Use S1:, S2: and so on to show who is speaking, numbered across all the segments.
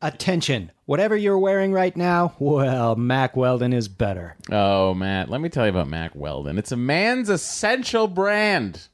S1: Attention. Whatever you're wearing right now, well, Mac Weldon is better.
S2: Oh, Matt, let me tell you about Mac Weldon. It's a man's essential brand.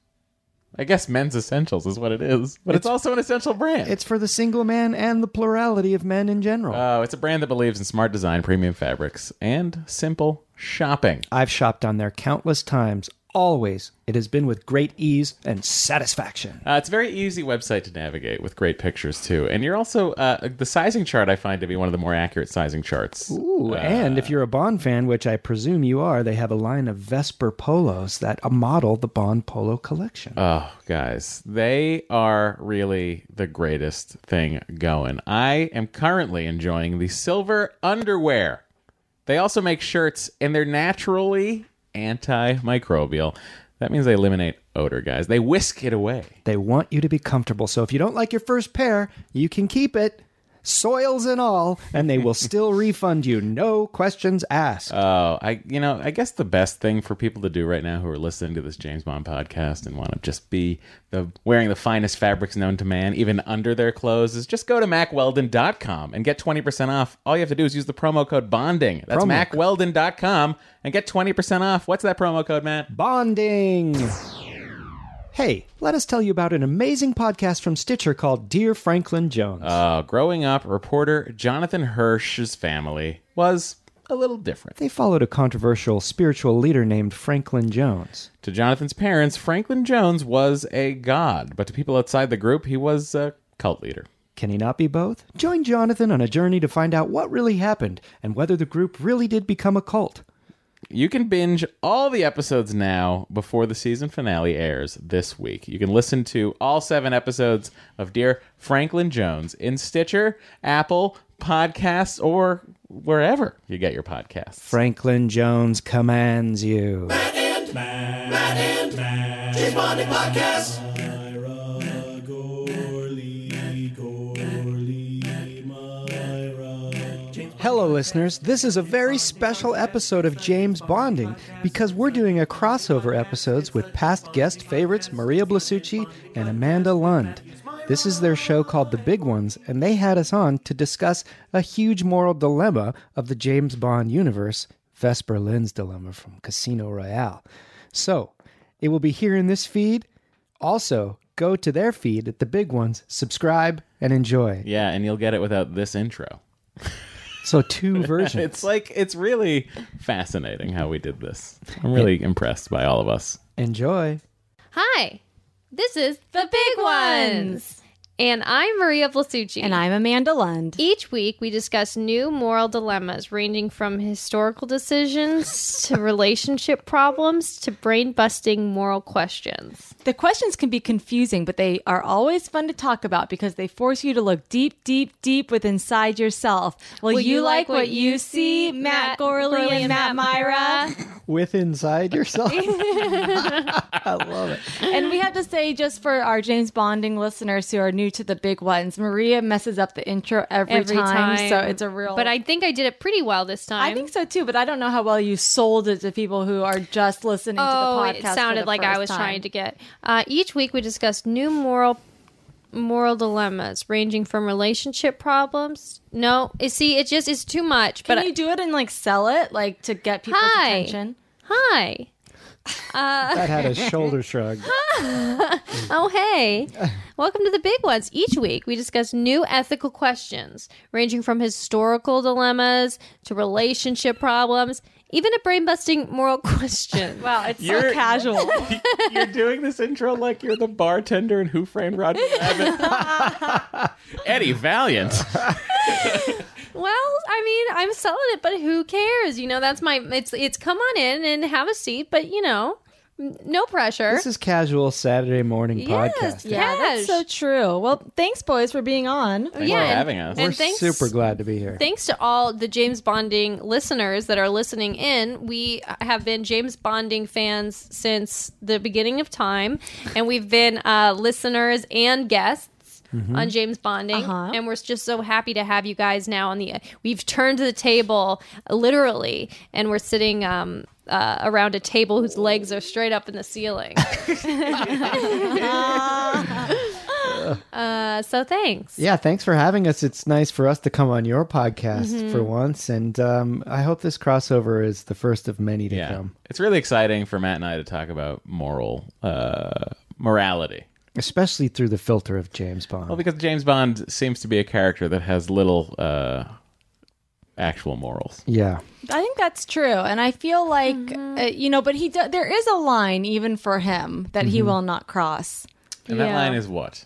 S2: I guess men's essentials is what it is, but it's, also an essential brand.
S1: It's for the single man and the plurality of men in general.
S2: oh, it's a brand that believes in smart design, premium fabrics, and simple shopping.
S1: I've shopped on there countless times. Always, it has been with great ease and satisfaction.
S2: Uh, it's a very easy website to navigate with great pictures too, and you're also uh, the sizing chart I find to be one of the more accurate sizing charts.
S1: Ooh, and if you're a Bond fan, which I presume you are, they have a line of Vesper polos that uh, model the Bond polo collection.
S2: Oh, guys, they are really the greatest thing going. I am currently enjoying the silver underwear. They also make shirts, and they're naturally antimicrobial. That means they eliminate odor, guys. They whisk it away.
S1: they want you to be comfortable. So if you don't like your first pair, you can keep it, soils and all, and they will still refund you. No questions asked.
S2: Oh, I you know, I guess the best thing for people to do right now who are listening to this James Bond podcast and want to just be the wearing the finest fabrics known to man, even under their clothes, is just go to macweldon.com and get 20% off. All you have to do is use the promo code bonding. That's
S1: Promo
S2: macweldon.com and get 20% off. What's that promo code, Matt?
S1: Bonding. Hey, let us tell you about an amazing podcast from Stitcher called Dear Franklin Jones.
S2: Uh, growing up, reporter Jonathan Hirsch's family was a little different.
S1: they followed a controversial spiritual leader named Franklin Jones.
S2: To Jonathan's parents, Franklin Jones was a god, but to people outside the group, he was a cult leader.
S1: Can he not be both? Join Jonathan on a journey to find out what really happened and whether the group really did become a cult.
S2: You can binge all the episodes now before the season finale airs this week. You can listen to all seven episodes of Dear Franklin Jones in Stitcher, Apple, Podcasts, or wherever you get your podcasts.
S1: Franklin Jones commands you. Hello, listeners. This is a very special episode of James Bonding because we're doing a crossover episodes with past guest favorites Maria Blasucci and Amanda Lund. This is their show called The Big Ones, and they had us on to discuss a huge moral dilemma of the James Bond universe Vesper Lynn's dilemma from Casino Royale. So, it will be here in this feed. Also, go to their feed at The Big Ones, subscribe, and enjoy.
S2: Yeah, and you'll get it without this intro.
S1: So, two versions.
S2: It's like, it's really fascinating how we did this. I'm really impressed by all of us.
S1: Enjoy.
S3: Hi, this is The Big Ones. And I'm Maria Blasucci.
S4: And I'm Amanda Lund.
S3: Each week, we discuss new moral dilemmas ranging from historical decisions to relationship problems to brain busting moral questions.
S4: The questions can be confusing, but they are always fun to talk about because they force you to look deep, deep, deep within inside yourself. Will, you, like what you see, Matt Gorley and Matt Myra?
S1: with inside yourself. I love it.
S4: and we have to say, just for our James Bonding listeners who are new to the big ones, Maria messes up the intro every, time, so it's a real.
S3: But I think I did it pretty well this time.
S4: I think so too, but I don't know how well you sold it to people who are just listening
S3: Oh,
S4: to the podcast.
S3: it
S4: for
S3: sounded
S4: the
S3: like I
S4: first
S3: was
S4: time.
S3: trying to get. Uh, each week, we discuss new moral moral dilemmas ranging from relationship problems. No, it- see, it just is too much.
S4: Can
S3: but I-
S4: you do it and like sell it, like to get people's
S3: Hi.
S4: attention?
S3: Hi.
S1: That had a shoulder shrug.
S3: Oh, hey. Welcome to the big ones. Each week, we discuss new ethical questions, ranging from historical dilemmas to relationship problems, even a brain busting moral question.
S4: Wow, it's
S2: You're-
S4: so casual.
S2: you're doing this intro like you're the bartender in Who Framed Roger Rabbit. Eddie Valiant.
S3: Well, I mean, I'm selling it, but who cares? You know, that's my. It's it's come on in and have a seat, but you know, n- no pressure.
S1: This is casual Saturday morning
S3: Yes,
S1: podcast.
S3: yeah.
S4: yeah, that's so true. Well, thanks, boys, for being on.
S2: Thanks
S3: Yeah,
S2: for
S3: and-
S2: having us.
S3: and
S1: We're
S3: thanks-
S1: super glad to be here.
S3: Thanks to all the James Bonding listeners that are listening in. We have been James Bonding fans since the beginning of time, and we've been uh, listeners and guests.
S2: Mm-hmm.
S3: On James Bonding,
S4: Uh-huh.
S3: and we're just so happy to have you guys now. On the we've turned the table literally, and we're sitting um, uh, around a table whose legs are straight up in the ceiling. uh, so thanks.
S1: Yeah, thanks for having us. It's nice for us to come on your podcast for once, and um, I hope this crossover is the first of many to
S2: Yeah.
S1: come.
S2: It's really exciting for Matt and I to talk about moral uh, morality.
S1: Especially through the filter of James Bond.
S2: Well, because James Bond seems to be a character that has little uh, actual morals.
S1: yeah,
S4: I think that's true, and I feel like
S3: Mm-hmm.
S4: uh, you know, but he do- there is a line even for him that
S1: Mm-hmm.
S4: he will not cross.
S2: And that
S3: Yeah.
S2: line is what?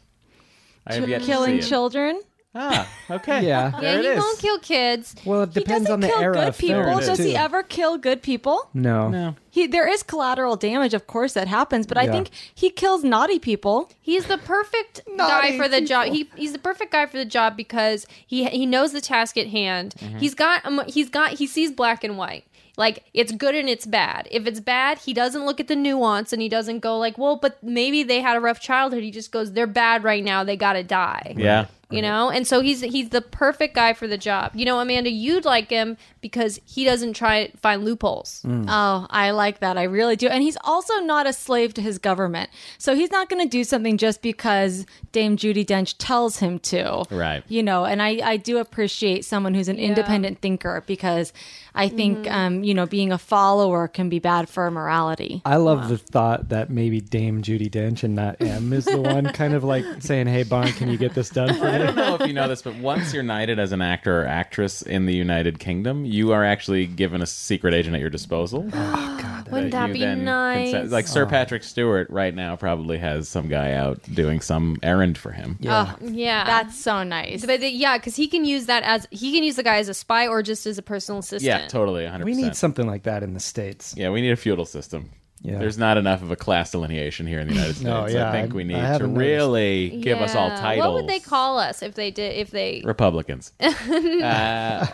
S2: I have yet
S4: Killing
S2: to see it.
S4: children.
S2: Ah, okay.
S1: Yeah.
S3: Yeah,
S2: There
S3: he
S2: it is.
S3: won't kill kids.
S1: Well, it
S4: he
S1: depends
S4: doesn't
S1: on the
S4: kill
S1: era
S4: good
S1: of films,
S4: people.
S2: it
S4: Does he
S1: too.
S4: ever kill good people?
S1: No.
S2: No.
S4: He there is collateral damage, of course, that happens, but I
S1: Yeah.
S4: think he kills naughty people.
S3: He's the perfect guy for the job. He, he's the perfect guy for the job because he he knows the task at hand.
S2: Mm-hmm.
S3: He's got um, he's got he sees black and white. Like it's good and it's bad. If it's bad, he doesn't look at the nuance and he doesn't go like, "Well, but maybe they had a rough childhood." He just goes, "They're bad right now. They got to die."
S2: Yeah.
S3: You know? And so he's he's the perfect guy for the job. You know, Amanda, you'd like him because he doesn't try to find loopholes.
S2: Mm.
S4: Oh, I like that. I really do. And he's also not a slave to his government. So he's not going to do something just because Dame Judy Dench tells him to.
S2: Right.
S4: You know, and I, I do appreciate someone who's an independent thinker because I think, um, you know, being a follower can be bad for morality.
S1: I love the thought that maybe Dame Judy Dench and not M is the one kind of like saying, "Hey Bond, can you get this done for
S2: I
S1: me?"
S2: don't know if you know this, but once you're knighted as an actor or actress in the United Kingdom, you are actually given a secret agent at your disposal.
S3: Wouldn't that
S2: you
S3: be
S2: then
S3: nice?
S2: consent- like Sir Patrick Stewart right now probably has some guy out doing some errand for him. Yeah.
S3: yeah.
S4: That's so nice.
S3: But the, yeah, because he can use that as he can use the guy as a spy or just as a personal assistant.
S2: totally, 100.
S1: We need something like that in the states.
S2: Yeah, we need a feudal system.
S1: Yeah.
S2: There's not enough of a class delineation here in the United States.
S1: No, yeah,
S2: I think
S1: I-
S2: we
S1: I
S2: need to
S1: haven't noticed.
S2: really give us all
S3: Yeah.
S2: titles.
S3: What would they call us if they did? If they
S2: Republicans?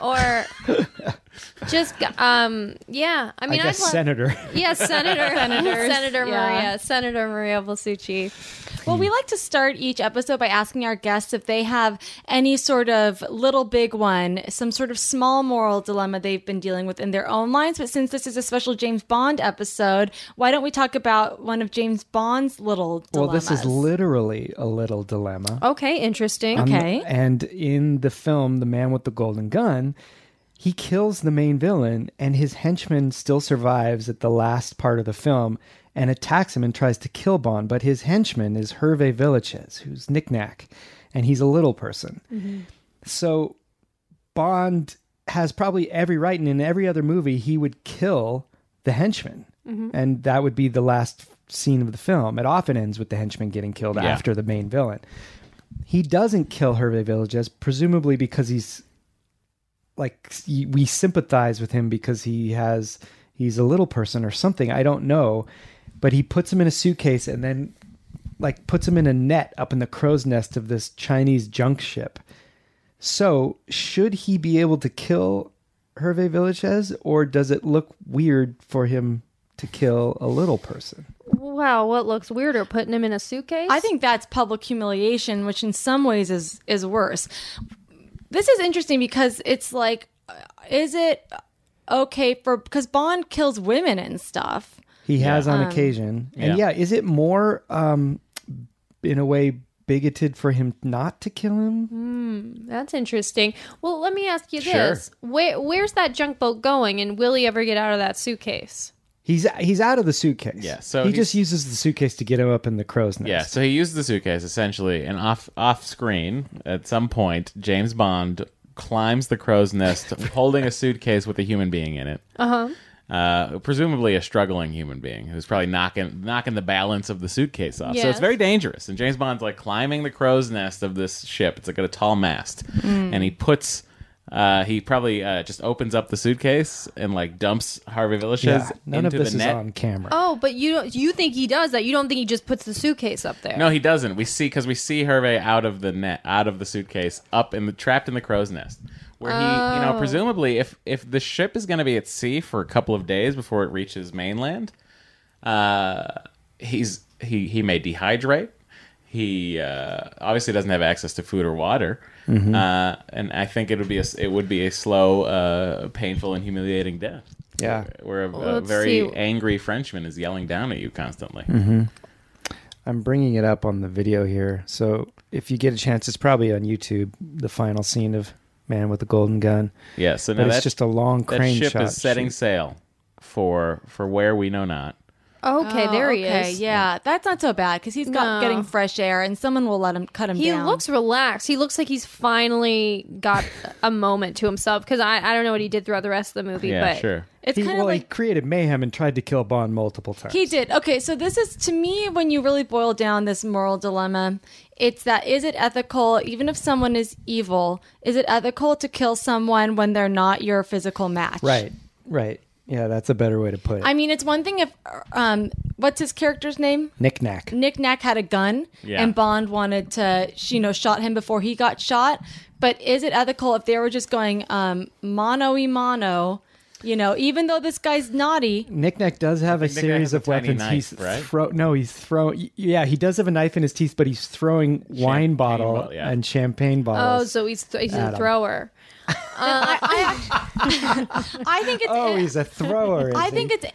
S3: or just um yeah. I
S1: I
S3: mean,
S1: guess
S3: would
S1: senator.
S3: yeah, Senator, Senator, Senator
S4: yeah.
S3: Maria, Senator Maria Blasucci.
S4: Well, we like to start each episode by asking our guests if they have any sort of little big one, some sort of small moral dilemma they've been dealing with in their own lives. But since this is a special James Bond episode, why don't we talk about one of James Bond's little
S1: Well,
S4: dilemmas?
S1: this is literally a little dilemma.
S3: Okay, interesting.
S1: Um,
S4: Okay.
S1: And in the film, The Man with the Golden Gun, he kills the main villain, and his henchman still survives at the last part of the film and attacks him and tries to kill Bond. But his henchman is Hervé Villachez, who's Knickknack, and he's a little person. So Bond has probably every right, and in every other movie, he would kill the henchman, and that would be the last scene of the film. It often ends with the henchman getting killed
S2: Yeah.
S1: after the main villain. He doesn't kill Hervé Villagez, presumably because he's like s- we sympathize with him because he has he's a little person or something. I don't know, but he puts him in a suitcase and then like puts him in a net up in the crow's nest of this Chinese junk ship. So, should he be able to kill Hervé Villachez, or does it look weird for him to kill a little person?
S3: Wow, what looks weirder, putting him in a suitcase?
S4: I think that's public humiliation, which in some ways is is worse. This is interesting because it's like, uh, is it okay for because Bond kills women and stuff?
S1: He has on occasion, and yeah,
S2: yeah.
S1: is it more, um, in a way, bigoted for him not to kill him?
S3: that's interesting. Well, let me ask you
S2: Sure.
S3: this: Where, where's that junk boat going, and will he ever get out of that suitcase?
S1: He's he's out of the suitcase.
S2: Yeah, so
S1: he
S2: he's-
S1: just uses the suitcase to get him up in the crow's nest.
S2: Yeah, so he used the suitcase essentially, and off off screen at some point, James Bond climbs the crow's nest holding a suitcase with a human being in it. Uh-huh. presumably a struggling human being who's probably knocking knocking the balance of the suitcase off. So it's
S3: Yes.
S2: very dangerous. And James Bond's like climbing the crow's nest of this ship. It's like at a tall mast, and he puts. Uh, he probably uh, just opens up the suitcase and like dumps Harvey
S1: Yeah,
S2: Villachez
S1: none of
S2: into
S1: this
S2: the
S1: is
S2: net.
S1: on camera.
S3: Oh, but you don't, you think he does that? You don't think he just puts the suitcase up there?
S2: No, he doesn't. We see because we see Hervé out of the net, out of the suitcase, up in the trapped in the crow's nest, where he, you know, presumably if if the ship is going to be at sea for a couple of days before it reaches mainland, uh, he's he he may dehydrate. He uh, obviously doesn't have access to food or water, uh, and I think it would be a s- it would be a slow, uh, painful, and humiliating death.
S1: Yeah.
S2: where a, a
S3: Let's
S2: very
S3: see.
S2: angry Frenchman is yelling down at you constantly.
S1: I'm bringing it up on the video here. So if you get a chance, it's probably on YouTube. The final scene of Man with the Golden Gun.
S2: Yeah, so now
S1: But it's
S2: that's
S1: just a long
S2: that
S1: crane
S2: ship
S1: shot.
S2: is setting sail for for where we know not.
S3: Okay,
S4: Oh,
S3: there he
S4: okay,
S3: is.
S4: Yeah, that's not so bad because he's got
S3: No.
S4: getting fresh air, and someone will let him cut him
S3: He
S4: down.
S3: looks relaxed. He looks like he's finally got a moment to himself because I, I don't know what he did throughout the rest of the movie.
S2: Yeah,
S3: but
S2: sure.
S4: It's
S1: He,
S4: kind
S1: well,
S4: of
S1: he
S4: like
S1: created mayhem and tried to kill Bond multiple times.
S4: he did. Okay, so this is to me when you really boil down this moral dilemma, it's that is it ethical, even if someone is evil, is it ethical to kill someone when they're not your physical match?
S1: right, right. Yeah, that's a better way to put it.
S4: I mean, it's one thing if um, what's his character's name?
S1: Knick knack.
S4: Nick Nack had a gun,
S2: Yeah.
S4: and Bond wanted to, sh- you know, shot him before he got shot. But is it ethical if they were just going um, mono y mono? You know, even though this guy's naughty,
S1: Knickknack does have a
S2: think Knick-Knack
S1: series
S2: has a
S1: of
S2: tiny
S1: weapons.
S2: knife,
S1: he's
S2: right?
S1: throw no, he's throwing. Yeah, he does have a knife in his teeth, but he's throwing wine bottle
S2: bottle, yeah.
S1: and champagne bottles.
S3: Oh, so he's th- he's
S1: Adam.
S3: a thrower.
S4: I think it's.
S1: Oh, he's a thrower. is
S4: I
S1: he?
S4: think it's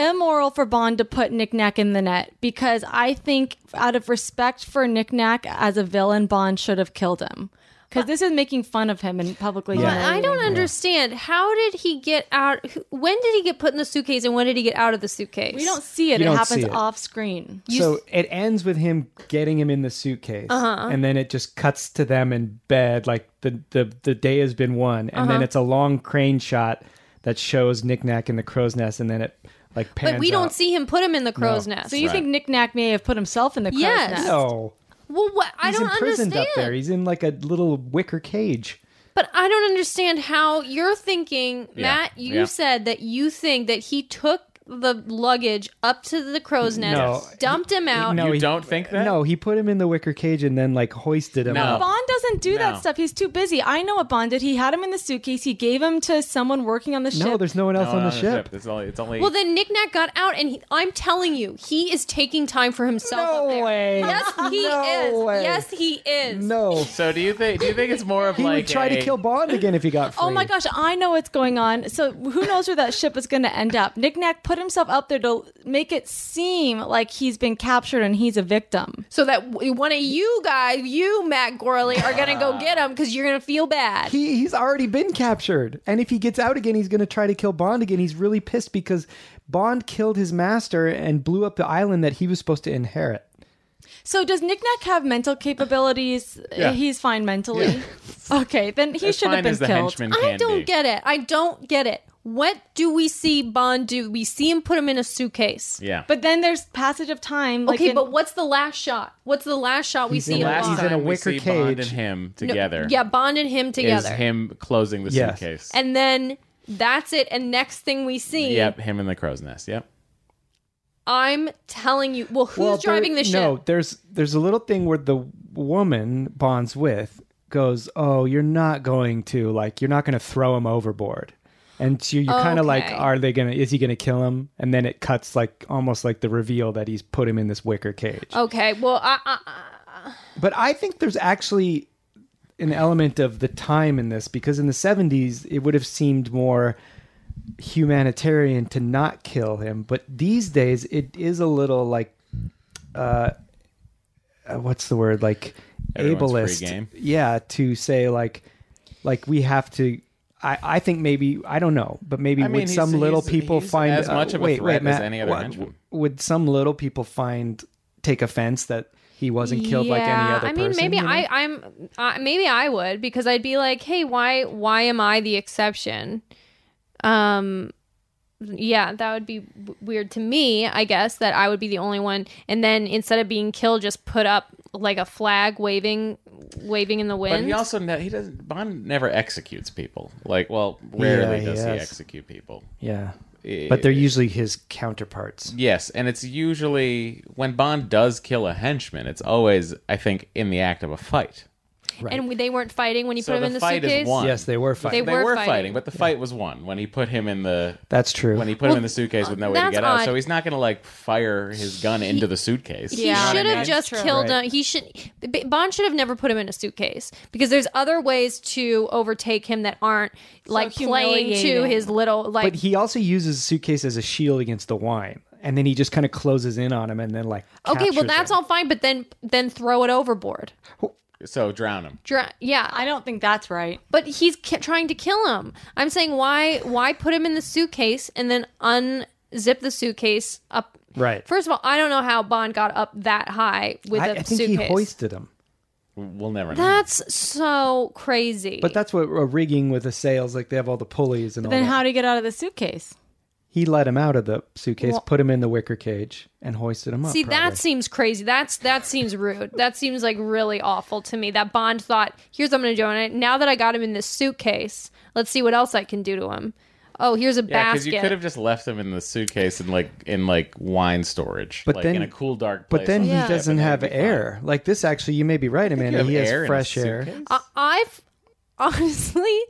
S4: immoral for Bond to put Nick Nack in the net because I think, out of respect for Nick Nack as a villain, Bond should have killed him because this is making fun of him and publicly.
S1: Yeah.
S4: humiliating
S3: I don't
S4: him.
S3: understand. How did he get out? who- When did he get put in the suitcase and when did he get out of the suitcase?
S4: We don't see it.
S1: You
S4: It
S1: don't
S4: happens
S1: see it.
S4: off screen.
S1: so it ends with him getting him in the suitcase,
S3: Uh-huh.
S1: and then it just cuts to them in bed, like the the, the day has been won, and
S3: Uh-huh.
S1: then it's a long crane shot that shows knickknack in the crow's nest, and then it like pans.
S3: But we don't
S1: out.
S3: see him put him in the crow's nest.
S4: So you think Nick Nack may have put himself in the crow's
S3: Yes.
S4: nest?
S1: No,
S3: well, what I
S1: he's
S3: don't
S1: imprisoned
S3: understand.
S1: up there. He's in like a little wicker cage.
S3: But I don't understand how you're thinking,
S2: Yeah.
S3: Matt. You
S2: Yeah.
S3: said that you think that he took the luggage up to the crow's nest,
S1: No.
S3: dumped him out.
S1: No,
S2: you
S1: he-
S2: don't think that?
S1: No, he put him in the wicker cage and then like hoisted him
S2: No.
S1: up.
S4: Bond doesn't do
S2: No.
S4: that stuff. He's too busy. I know what Bond did. He had him in the suitcase. He gave him to someone working on the ship.
S1: No, there's no one
S2: No,
S1: else on the ship.
S2: It's only it's only
S3: Well, then Nick Nack got out, and he, I'm telling you, he is taking time for himself.
S1: No
S3: up there.
S1: way.
S3: Yes, he
S1: No
S3: is.
S1: way.
S3: Yes, he is.
S1: No,
S2: So do you think do you think it's more of
S1: he
S2: like
S1: would try
S2: a-
S1: to kill Bond again if he got free.
S4: Oh my gosh, I know what's going on. So who knows where that ship is going to end up? Nick Nack put himself up there to make it seem like he's been captured and he's a victim.
S3: So that w- one of you guys, you Matt Gorley, are gonna go get him because you're gonna feel bad.
S1: He, he's already been captured, and if he gets out again, he's going to try to kill Bond again. He's really pissed because Bond killed his master and blew up the island that he was supposed to inherit.
S4: So does Nick Nack have mental capabilities? Eh,
S2: Yeah.
S4: He's fine mentally. Okay, then he
S2: as
S4: should
S2: fine
S4: have been
S2: as the
S4: killed.
S2: henchman
S3: I
S2: can
S3: don't
S2: be.
S3: get it. I don't get it. What do we see Bond do? We see him put him in a suitcase.
S2: Yeah.
S4: But then there's passage of time. Like
S3: Okay,
S4: in-
S3: but what's the last shot? What's the last shot we
S1: He's in
S3: see?
S2: the
S3: of
S2: last
S1: he's
S3: Bond?
S1: in a
S2: time we
S1: wicker
S2: see Bond
S1: cage.
S2: and him
S3: No,
S2: together
S3: Yeah, Bond and him
S2: is
S3: together.
S2: him closing the
S1: Yes.
S2: suitcase.
S3: And then that's it. And next thing we see,
S2: yep, him in the crow's nest. Yep.
S3: I'm telling you. Well, who's
S1: Well, there-
S3: driving the ship?
S1: No, there's there's a little thing where the woman Bond's with goes, "Oh, you're not going to like, you're not going to throw him overboard." And so you're kind of like,
S3: Oh, Okay.
S1: are they gonna? Is he gonna kill him? And then it cuts like almost like the reveal that he's put him in this wicker cage.
S3: Okay. Well, I, I, I-
S1: But I think there's actually an element of the time in this because in the 70s it would have seemed more humanitarian to not kill him, but these days it is a little like uh, uh what's the word like
S2: Everyone's free
S1: ableist.
S2: game.
S1: Yeah, to say like like we have to I, I think maybe I don't know, but maybe
S2: I mean,
S1: would
S2: he's-
S1: some little
S2: he's-
S1: people
S2: he's
S1: find uh,
S2: as much of a
S1: wait,
S2: threat
S1: wait, Matt,
S2: as any other
S1: what-
S2: henchman.
S1: Would some little people find take offense that he wasn't killed like any
S3: Yeah,
S1: other
S3: I mean,
S1: person?
S3: maybe
S1: you know?
S3: I, I'm uh, maybe I would because I'd be like, hey, why why am I the exception? Um, yeah, that would be w- weird to me, I guess, that I would be the only one. And then instead of being killed, just put up like a flag waving waving in the
S2: But
S3: wind.
S2: he also ne- he doesn't Bond never executes people. Like, well, rarely
S1: Yeah,
S2: does he
S1: yes.
S2: execute people.
S1: Yeah, but
S2: Eh.
S1: they're usually his counterparts.
S2: Yes, and it's usually when Bond does kill a henchman, it's always I think in the act of a fight.
S3: And they weren't fighting when he
S2: So
S3: put him
S2: the
S3: in the
S2: fight is
S3: suitcase.
S2: won.
S1: Yes, they were fighting.
S3: They
S2: They
S3: were
S2: were, fighting.
S3: fighting.
S2: but the fight was won when he put him in the
S1: That's true.
S2: when he put him in the suitcase with no way to
S3: that's
S2: get out.
S3: odd.
S2: So he's not going to like fire his gun into the suitcase.
S3: He
S2: You know
S4: Yeah.
S2: what I
S3: should
S2: mean?
S3: have just
S4: That's true.
S3: killed
S1: Right.
S3: him. He should B- Bond should have never put him in a suitcase because there's other ways to overtake him that aren't like playing to
S4: humiliating.
S3: his little like
S1: but he also uses the suitcase as a shield against the wine, and then he just kind of closes in on him, and then like
S3: Okay, well
S1: captures
S3: that's
S1: him.
S3: all fine, but then then throw it overboard.
S2: So drown him.
S3: Dr- yeah,
S4: I don't think that's right.
S3: but he's ki- trying to kill him. I'm saying why why put him in the suitcase and then unzip the suitcase up.
S1: Right.
S3: First of all, I don't know how Bond got up that high with
S1: I,
S3: a
S1: I think
S3: suitcase.
S1: he hoisted him.
S2: We'll never know.
S3: that's so crazy.
S1: But that's what a rigging with the sails, like they have all the pulleys and all.
S4: Then
S1: that.
S4: how do you get out of the suitcase?
S1: he let him out of the suitcase, put him in the wicker cage, and hoisted him up.
S3: See,
S1: probably.
S3: that seems crazy. That's that seems rude. That seems like really awful to me. That Bond thought, here's what I'm gonna do. And now that I got him in this suitcase, let's see what else I can do to him. Oh, here's a
S2: yeah, because
S3: basket.
S2: you could have just left him in the suitcase in like in like wine storage,
S1: But
S2: like
S1: then-
S2: in a cool dark place.
S1: But then
S2: on
S1: he
S2: the ship,
S1: doesn't
S2: and that
S1: have
S2: would be
S1: air. Like this, actually, you may be right,
S2: fine. You
S1: Amanda.
S2: have
S1: He has
S2: air in a
S1: fresh air.
S2: suitcase?
S3: I- I've honestly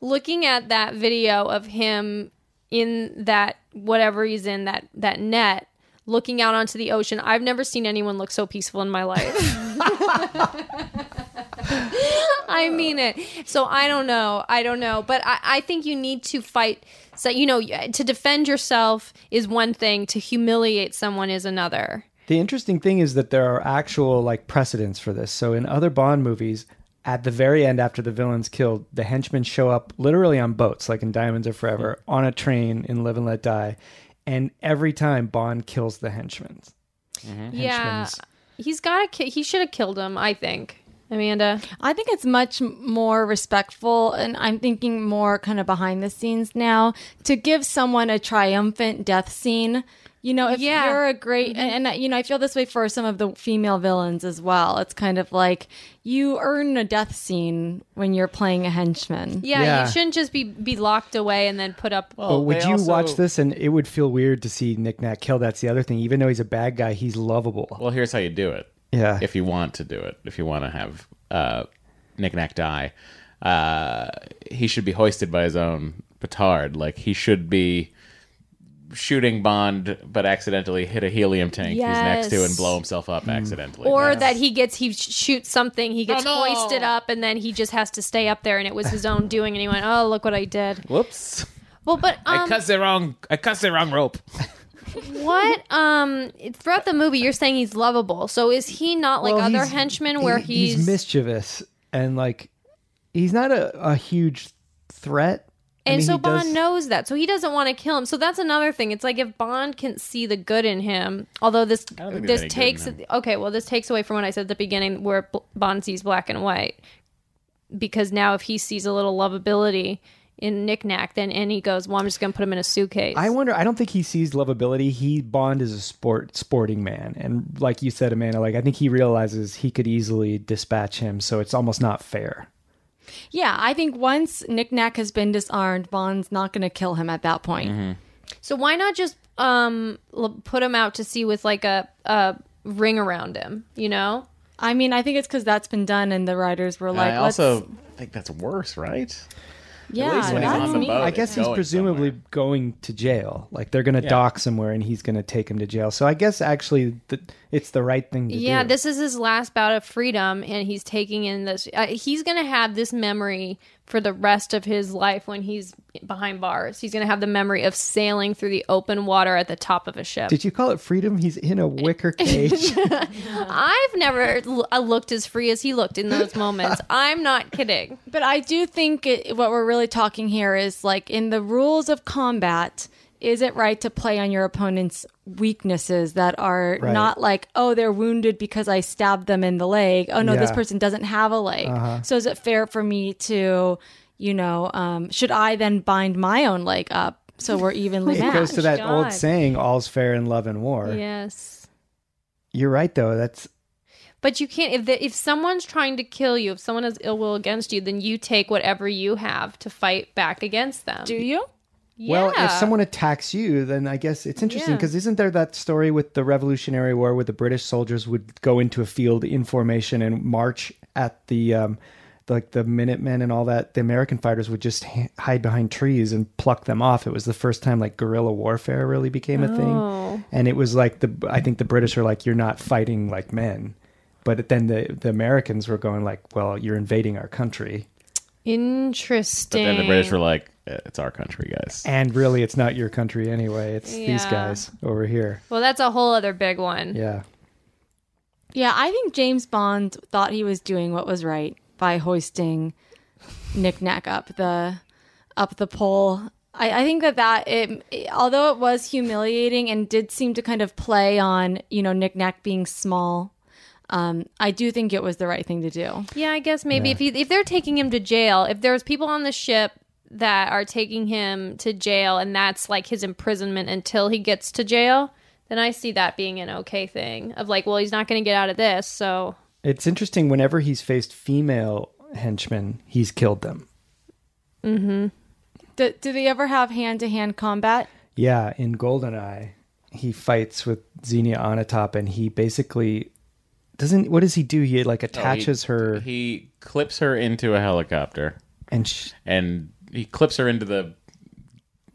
S3: looking at that video of him in that whatever he's in that that net looking out onto the ocean. I've never seen anyone look so peaceful in my life. I mean it. So I don't know. I don't know. But I, I think you need to fight. So you know, to defend yourself is one thing. To humiliate someone is another.
S1: The interesting thing is that there are actual like precedents for this. So in other Bond movies, at the very end, after the villain's killed, the henchmen show up literally on boats, like in Diamonds Are Forever,
S2: Mm.
S1: on a train in Live and Let Die, and every time Bond kills the henchmen.
S3: Yeah,
S1: Henchmen's-
S3: he's got to. Ki- he should have killed him. I think, Amanda.
S4: I think it's much m- more respectful, and I'm thinking more kind of behind the scenes now to give someone a triumphant death scene. You know, if
S3: Yeah. Mm-hmm.
S4: you're a great, and, and you know, I feel this way for some of the female villains as well. It's kind of like you earn a death scene when you're playing a henchman.
S3: Yeah,
S1: Yeah.
S3: you shouldn't just be be locked away and then put up.
S2: Well,
S1: But would
S2: they
S1: you
S2: also-
S1: watch this? And it would feel weird to see Nick Nack kill. That's the other thing. Even though he's a bad guy, he's lovable.
S2: Well, here's how you do it.
S1: Yeah.
S2: If you want to do it, if you want to have uh, Nick Nack die, uh, he should be hoisted by his own petard. Like he should be shooting Bond, but accidentally hit a helium tank he's next to and
S3: Yes.
S2: blow himself up accidentally.
S3: Or
S2: That's-
S3: that he gets he sh- shoots something, he gets hoisted up, and then he just has to stay up there, and it was his own doing, and he went, "Oh, look what I did."
S2: whoops.
S3: Well, but
S2: I
S3: um,
S2: cussed the wrong. I cussed the wrong rope.
S3: what um, throughout the movie, you're saying he's lovable. So is he not like
S1: Well,
S3: other
S1: he's-
S3: henchmen
S1: he-
S3: where he's,
S1: mischievous and like he's not a, a huge threat. I
S3: and
S1: mean,
S3: so
S1: he
S3: Bond
S1: does-
S3: knows that, so he doesn't want to kill him. So that's another thing. It's like if Bond can see the good in him, although this
S2: don't think there's
S3: this
S2: any good in
S3: takes
S2: him.
S3: okay, well, this takes away from what I said at the beginning, where B- Bond sees black and white, because now if he sees a little lovability in Nick Nack, then and he goes, well, I'm just gonna put him in a suitcase.
S1: I wonder. I don't think he sees lovability. He Bond is a sport sporting man, and like you said, Amanda, like I think he realizes he could easily dispatch him. So it's almost not fair.
S4: Yeah, I think once Nick Nack has been disarmed, Bond's not going to kill him at that point.
S2: Mm-hmm.
S3: so why not just um l- put him out to sea with like a a ring around him, you know?
S4: I mean, I think it's because that's been done, and the writers were like,
S2: I
S4: let's-
S2: also think that's worse, right?
S4: yeah,
S2: least when he's
S4: that's
S2: on the
S4: mean.
S2: boat.
S1: I
S2: it's
S1: guess he's
S2: going
S1: presumably
S2: somewhere.
S1: going to jail. Like they're going to dock somewhere, and he's going to take him to jail. So I guess actually, the, it's the right thing to do.
S3: Yeah, this is his last bout of freedom, and he's taking in this. Uh, he's going to have this memory for the rest of his life when he's behind bars. He's going to have the memory of sailing through the open water at the top of a ship.
S1: Did you call it freedom? He's in a wicker cage.
S3: I've never l- I looked as free as he looked in those moments. I'm not kidding.
S4: But I do think it, what we're really talking here is like in the rules of combat, is it right to play on your opponent's weaknesses that are
S1: Right.
S4: not like, oh, they're wounded because I stabbed them in the leg. Oh, no, this
S1: Yeah. Uh-huh.
S4: person doesn't have a leg. So is it fair for me to, you know, um, should I then bind my own leg up so we're evenly
S1: it
S4: matched?
S1: goes to that
S3: God.
S1: old saying, "All's fair in love and war."
S3: Yes.
S1: You're right, though. That's
S3: But you can't if the, if someone's trying to kill you, if someone has ill will against you, then you take whatever you have to fight back against them.
S4: Do you?
S1: well, if
S3: Yeah.
S1: someone attacks you, then I guess it's interesting
S3: Yeah.
S1: because isn't there that story with the Revolutionary War where the British soldiers would go into a field in formation and march at the um, like the Minutemen and all that? The American fighters would just h- hide behind trees and pluck them off. It was the first time like guerrilla warfare really became a
S3: Oh.
S1: thing, and it was like the I think the British are like you're not fighting like men, but then the the Americans were going like, well, you're invading our country.
S3: Interesting.
S2: But then the British were like, "Eh, it's our country, guys.
S1: And really, it's not your country anyway. It's these
S3: Yeah.
S1: guys over here.
S3: well, that's a whole other big one.
S1: Yeah.
S4: Yeah, I think James Bond thought he was doing what was right by hoisting Nick Nack up the up the pole. I, I think that that it, although it was humiliating and did seem to kind of play on you know Nick Nack being small, um, I do think it was the right thing to do.
S3: Yeah, I guess maybe if he, if they're taking him to jail, if there's people on the ship that are taking him to jail and that's like his imprisonment until he gets to jail, then I see that being an okay thing of like, well, he's not going to get out of this, so
S1: It's interesting. Whenever he's faced female henchmen, he's killed them.
S4: Do, do they ever have hand to hand combat?
S1: Yeah. In Goldeneye, he fights with Xenia Onatop and he basically doesn't. What does he do? He like attaches her
S2: He clips her into a helicopter
S1: and sh-
S2: and he clips her into the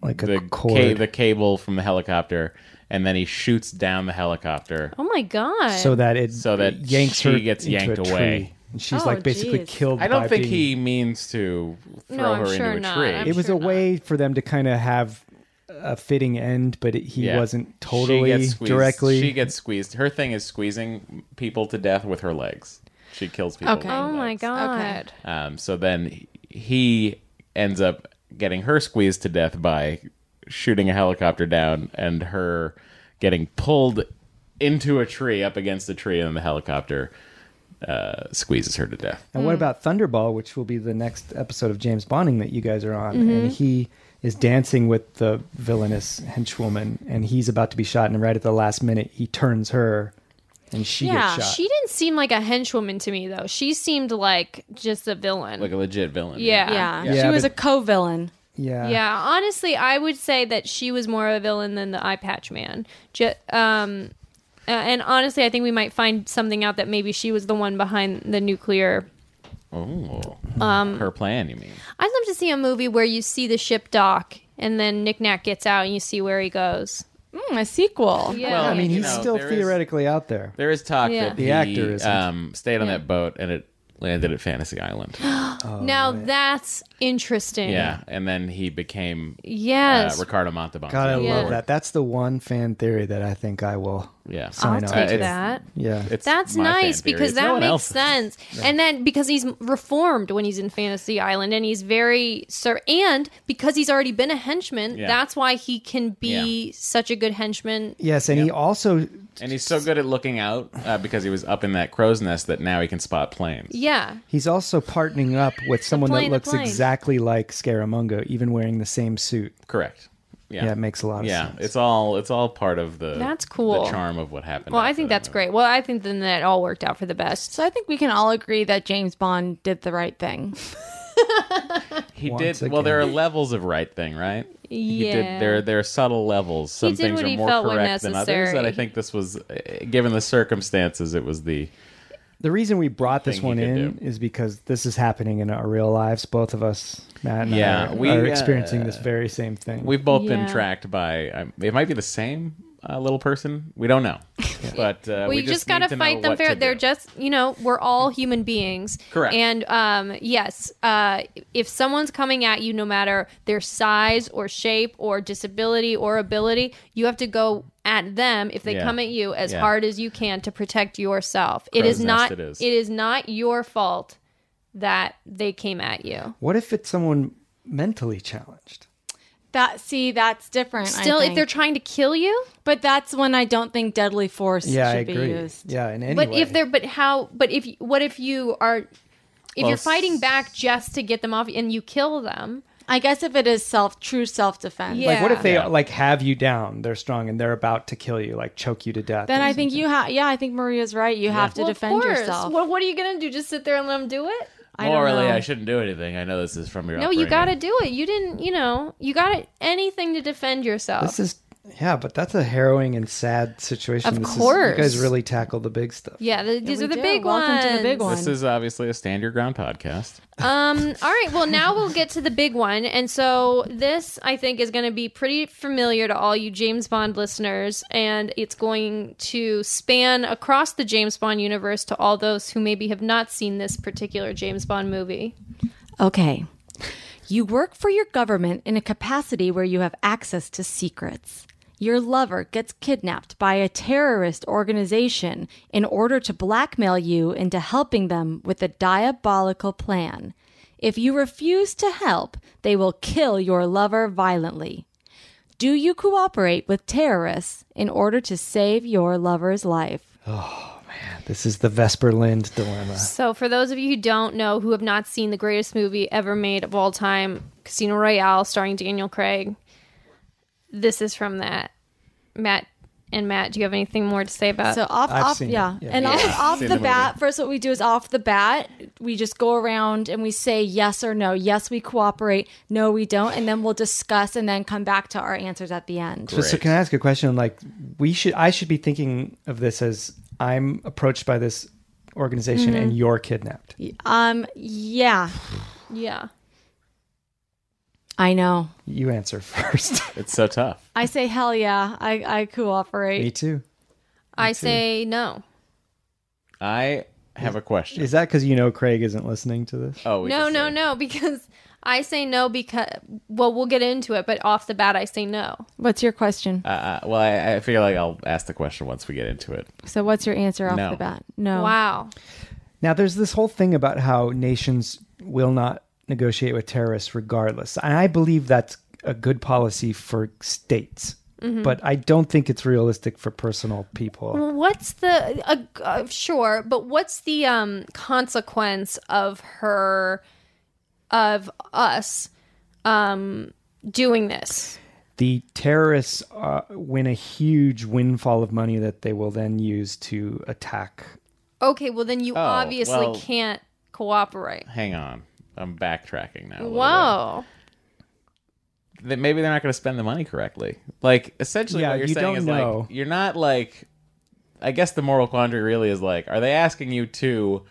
S1: like a
S2: the,
S1: cord.
S2: ca- the cable from the helicopter and then he shoots down the helicopter.
S3: oh my god.
S1: so that it
S2: So that
S1: yanks
S2: she
S1: her
S2: gets
S1: into a
S2: yanked
S1: tree.
S2: away.
S1: And she's
S4: Oh,
S1: like basically
S4: geez.
S1: killed.
S2: I don't
S1: by
S2: think
S1: being-
S2: he means to throw
S3: No, I'm
S2: her
S3: sure
S2: into a
S3: not.
S2: tree.
S3: I'm
S1: It was
S3: sure
S1: a way for them to kind of have a fitting end, but it, he
S2: Yeah.
S1: wasn't
S2: She
S1: totally
S2: gets squeezed-
S1: directly.
S2: She gets squeezed. Her thing is squeezing people to death with her legs. She kills people.
S4: Okay.
S2: with her
S3: oh my
S2: legs.
S3: god.
S2: Um, so then he ends up getting her squeezed to death by shooting a helicopter down and her getting pulled into a tree up against a tree and the helicopter uh, squeezes her to death.
S1: And
S3: Hmm.
S1: what about Thunderball, which will be the next episode of James Bonding that you guys are on?
S3: Mm-hmm.
S1: And he is dancing with the villainous henchwoman, and he's about to be shot. And right at the last minute, he turns her, and she
S4: Yeah,
S1: gets shot.
S3: She didn't seem like a henchwoman to me though. She seemed like just a villain.
S2: Like a legit villain.
S3: yeah.
S4: Yeah,
S1: Yeah,
S4: she was
S1: but-
S4: a co-villain.
S1: yeah,
S3: Yeah, honestly, I would say that she was more of a villain than the Eye Patch Man. Ju- um, uh, and honestly, I think we might find something out that maybe she was the one behind the nuclear.
S2: Oh.
S3: Um,
S2: her plan, you mean?
S3: I'd love to see a movie where you see the ship dock and then Nick Nack gets out and you see where he goes.
S4: Mm, a sequel.
S3: Yeah,
S2: Well,
S1: I mean,
S2: You
S1: he's
S2: know,
S1: still
S2: there is-
S1: theoretically out there.
S2: There is talk
S3: Yeah.
S2: that
S3: The
S2: he,
S1: actor isn't.
S2: um, stayed on that boat and it landed at Fantasy Island.
S3: now that's interesting.
S2: Oh, yeah, and then he became uh,
S3: Yes.
S2: Ricardo Montalban.
S1: God, I
S3: Yeah.
S1: love that. uh, That's the one fan theory that I think I will.
S2: Yeah,
S3: I'll
S1: I know.
S3: take
S1: Uh, it's-
S3: that.
S1: Yeah,
S2: It's
S3: That's
S2: my fan
S3: nice
S2: theory.
S3: because
S2: It's no
S3: that
S2: one
S3: makes
S2: else's.
S3: sense. And then because he's reformed when he's in Fantasy Island and he's very sir and because he's already been a henchman,
S2: Yeah.
S3: that's why he can be such a good henchman.
S1: yes, and he also
S2: And he's so good at looking out uh, because he was up in that crow's nest that now he can spot planes.
S3: Yeah.
S1: He's also partnering up with someone
S3: plane,
S1: that looks
S3: the plane.
S1: exactly like Scaramanga, even wearing the same suit.
S2: Correct. Yeah.
S1: Yeah, it makes a lot of
S2: yeah,
S1: sense.
S2: it's all it's all part of the
S3: That's cool.
S2: the charm of what happened.
S3: Well, I
S2: after
S3: think
S2: that
S3: that's
S2: movie.
S3: great. Well, I think then that all worked out for the best.
S4: So I think we can all agree that James Bond did the right thing.
S2: He
S1: Once
S2: did well. There are
S1: again.
S2: levels of right thing, right? He
S3: Yeah.
S2: did. There there are subtle levels. Some
S3: did
S2: things
S3: what
S2: are
S3: he
S2: more
S3: felt were
S2: correct than others, and I
S3: necessary.
S2: think this was, uh, given the circumstances, it was the
S1: The reason we brought this
S2: Thing you
S1: one
S2: could
S1: in is because this is happening in our real lives. Both of us, Matt and
S2: Yeah,
S1: I,
S2: we,
S1: are
S2: uh,
S1: experiencing this very same thing.
S2: We've both
S3: Yeah.
S2: been tracked by. Um, it might be the same uh, little person. We don't know. But uh,
S3: well,
S2: we
S3: you just,
S2: got
S3: gotta fight them fair. They're just, you know, we're all human beings.
S2: Correct.
S3: And um, yes, uh, if someone's coming at you, no matter their size or shape or disability or ability, you have to go at them if they
S2: Yeah.
S3: come at you as
S2: Yeah.
S3: hard as you can to protect yourself. it
S2: Crow's
S3: is
S2: nest
S3: not.
S2: it is.
S3: it is not your fault that they came at you.
S1: What if it's someone mentally challenged?
S4: That see, that's different. I
S3: Still, if
S4: think.
S3: they're trying to kill you,
S4: but that's when I don't think deadly force
S1: Yeah, I
S4: should
S1: agree.
S4: be used.
S1: Yeah, in any
S3: But
S1: way.
S3: if they're but how but if what if you are if you're fighting back just to get them off and you kill them?
S4: I guess if it is self true self defense,
S3: Yeah.
S1: like, what if they
S2: Yeah.
S1: like have you down? They're strong and they're about to kill you, like choke you to death.
S4: then
S1: or
S4: I think you have. Yeah, I think Maria's right. You have to
S3: Well,
S4: defend yourself.
S3: Well, what are you gonna do? Just sit there and let them do it?
S4: I don't
S2: Morally,
S4: know.
S2: I shouldn't do anything. I know this is from your.
S3: No, you gotta
S2: upbringing.
S3: do it. You didn't, you know, you got anything to defend yourself.
S1: This is yeah, but that's a harrowing and sad situation.
S3: Of
S1: This is-
S3: course.
S1: you guys really tackle the big stuff.
S3: yeah, the, these
S4: we
S3: are the
S4: do.
S3: big ones.
S4: Welcome to the big one.
S2: This is obviously a stand your ground podcast.
S3: Um, all right, well, now we'll get to the big one. And so, this I think is going to be pretty familiar to all you James Bond listeners, and it's going to span across the James Bond universe to all those who maybe have not seen this particular James Bond movie.
S4: Okay. You work for your government in a capacity where you have access to secrets. Your lover gets kidnapped by a terrorist organization in order to blackmail you into helping them with a diabolical plan. If you refuse to help, they will kill your lover violently. Do you cooperate with terrorists in order to save your lover's life?
S1: This is the Vesper Lind dilemma.
S3: So, for those of you who don't know, who have not seen the greatest movie ever made of all time, Casino Royale, starring Daniel Craig, this is from that. Matt and Matt, do you have anything more to say about
S4: So off,
S1: I've
S4: off,
S1: seen
S4: yeah.
S1: it, yeah.
S4: and off, off
S2: Seen
S4: the
S2: the
S4: bat. First, what we do is off the bat, we just go around and we say yes or no. Yes, we cooperate. No, we don't. And then we'll discuss and then come back to our answers at the end.
S1: So, so can I ask a question? Like we should, I should be thinking of this as I'm approached by this organization and you're kidnapped.
S4: Um, yeah,
S3: Yeah.
S4: I know.
S1: You answer first.
S2: It's so tough.
S4: I say hell yeah. I I
S1: Me
S4: cooperate.
S1: too.
S3: I say no.
S2: I have a question.
S1: Is that because you know Craig isn't listening to this?
S2: Oh we
S3: no,
S2: just
S3: no,
S2: say-
S3: no, because I say no because well, we'll get into it, but off the bat I say no.
S4: What's your question?
S2: Uh, uh, well, I, I feel like I'll ask the question once we get into it.
S4: So what's your answer off
S2: no.
S4: the bat? No.
S3: Wow.
S1: Now, there's this whole thing about how nations will not negotiate with terrorists regardless. And I believe that's a good policy for states, but I don't think it's realistic for personal people.
S3: Well, what's the uh, uh, sure, but what's the um consequence of her of us um doing this?
S1: The terrorists uh, win a huge windfall of money that they will then use to attack.
S3: Okay, well then you obviously
S2: Oh, well-
S3: can't cooperate.
S2: Hang on, I'm backtracking now. a little
S3: Whoa.
S2: bit. That maybe they're not going to spend the money correctly. Like essentially,
S1: Yeah,
S2: what you're
S1: you
S2: saying
S1: don't
S2: is
S1: know.
S2: like you're not like. I guess the moral quandary really is like, are they asking you to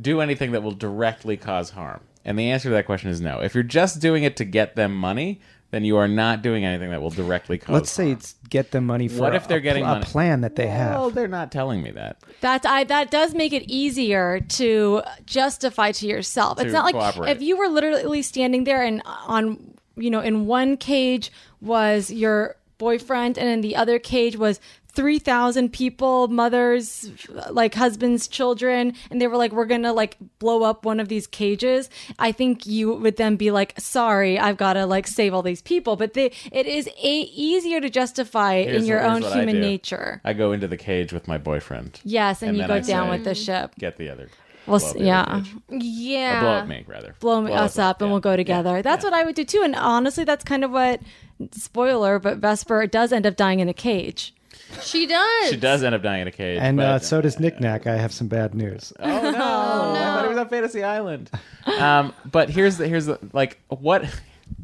S2: do anything that will directly cause harm? And the answer to that question is no. If you're just doing it to get them money, then you are not doing anything that will directly cause.
S1: Let's say
S2: harm.
S1: it's get them money for
S2: What if
S1: a-
S2: they're
S1: a,
S2: getting
S1: pl-
S2: money?
S1: a plan that they have.
S2: Well, they're not telling me that.
S4: That's I that does make it easier to justify to yourself.
S2: To
S4: it's not like
S2: cooperate.
S4: if you were literally standing there and on you know in one cage was your boyfriend and in the other cage was 3000 people mothers like husbands children and they were like we're going to like blow up one of these cages i think you would then be like sorry i've got to like save all these people but they it is a- easier to justify
S2: Here's
S4: in your
S2: what- here's
S4: own
S2: what I
S4: human
S2: do.
S4: nature
S2: I go into the cage with my boyfriend.
S4: yes and,
S2: And
S4: you
S2: then
S4: go
S2: I
S4: down
S2: say-
S4: with the ship
S2: Get the other.
S4: Well,
S2: blow up
S4: s-
S2: the other
S4: yeah.
S2: cage.
S3: Yeah.
S2: Or blow up me rather.
S4: blow, us up, and
S2: yeah.
S4: we'll go together. That's what I would do too. And honestly, that's kind of what spoiler, but Vesper does end up dying in a cage.
S3: She does.
S2: She does end up dying in a cage.
S1: and
S2: but-
S1: uh, so does Knick Knack. I have some bad news.
S2: Oh no! I thought it was on Fantasy Island. Um, but here's the here's the like what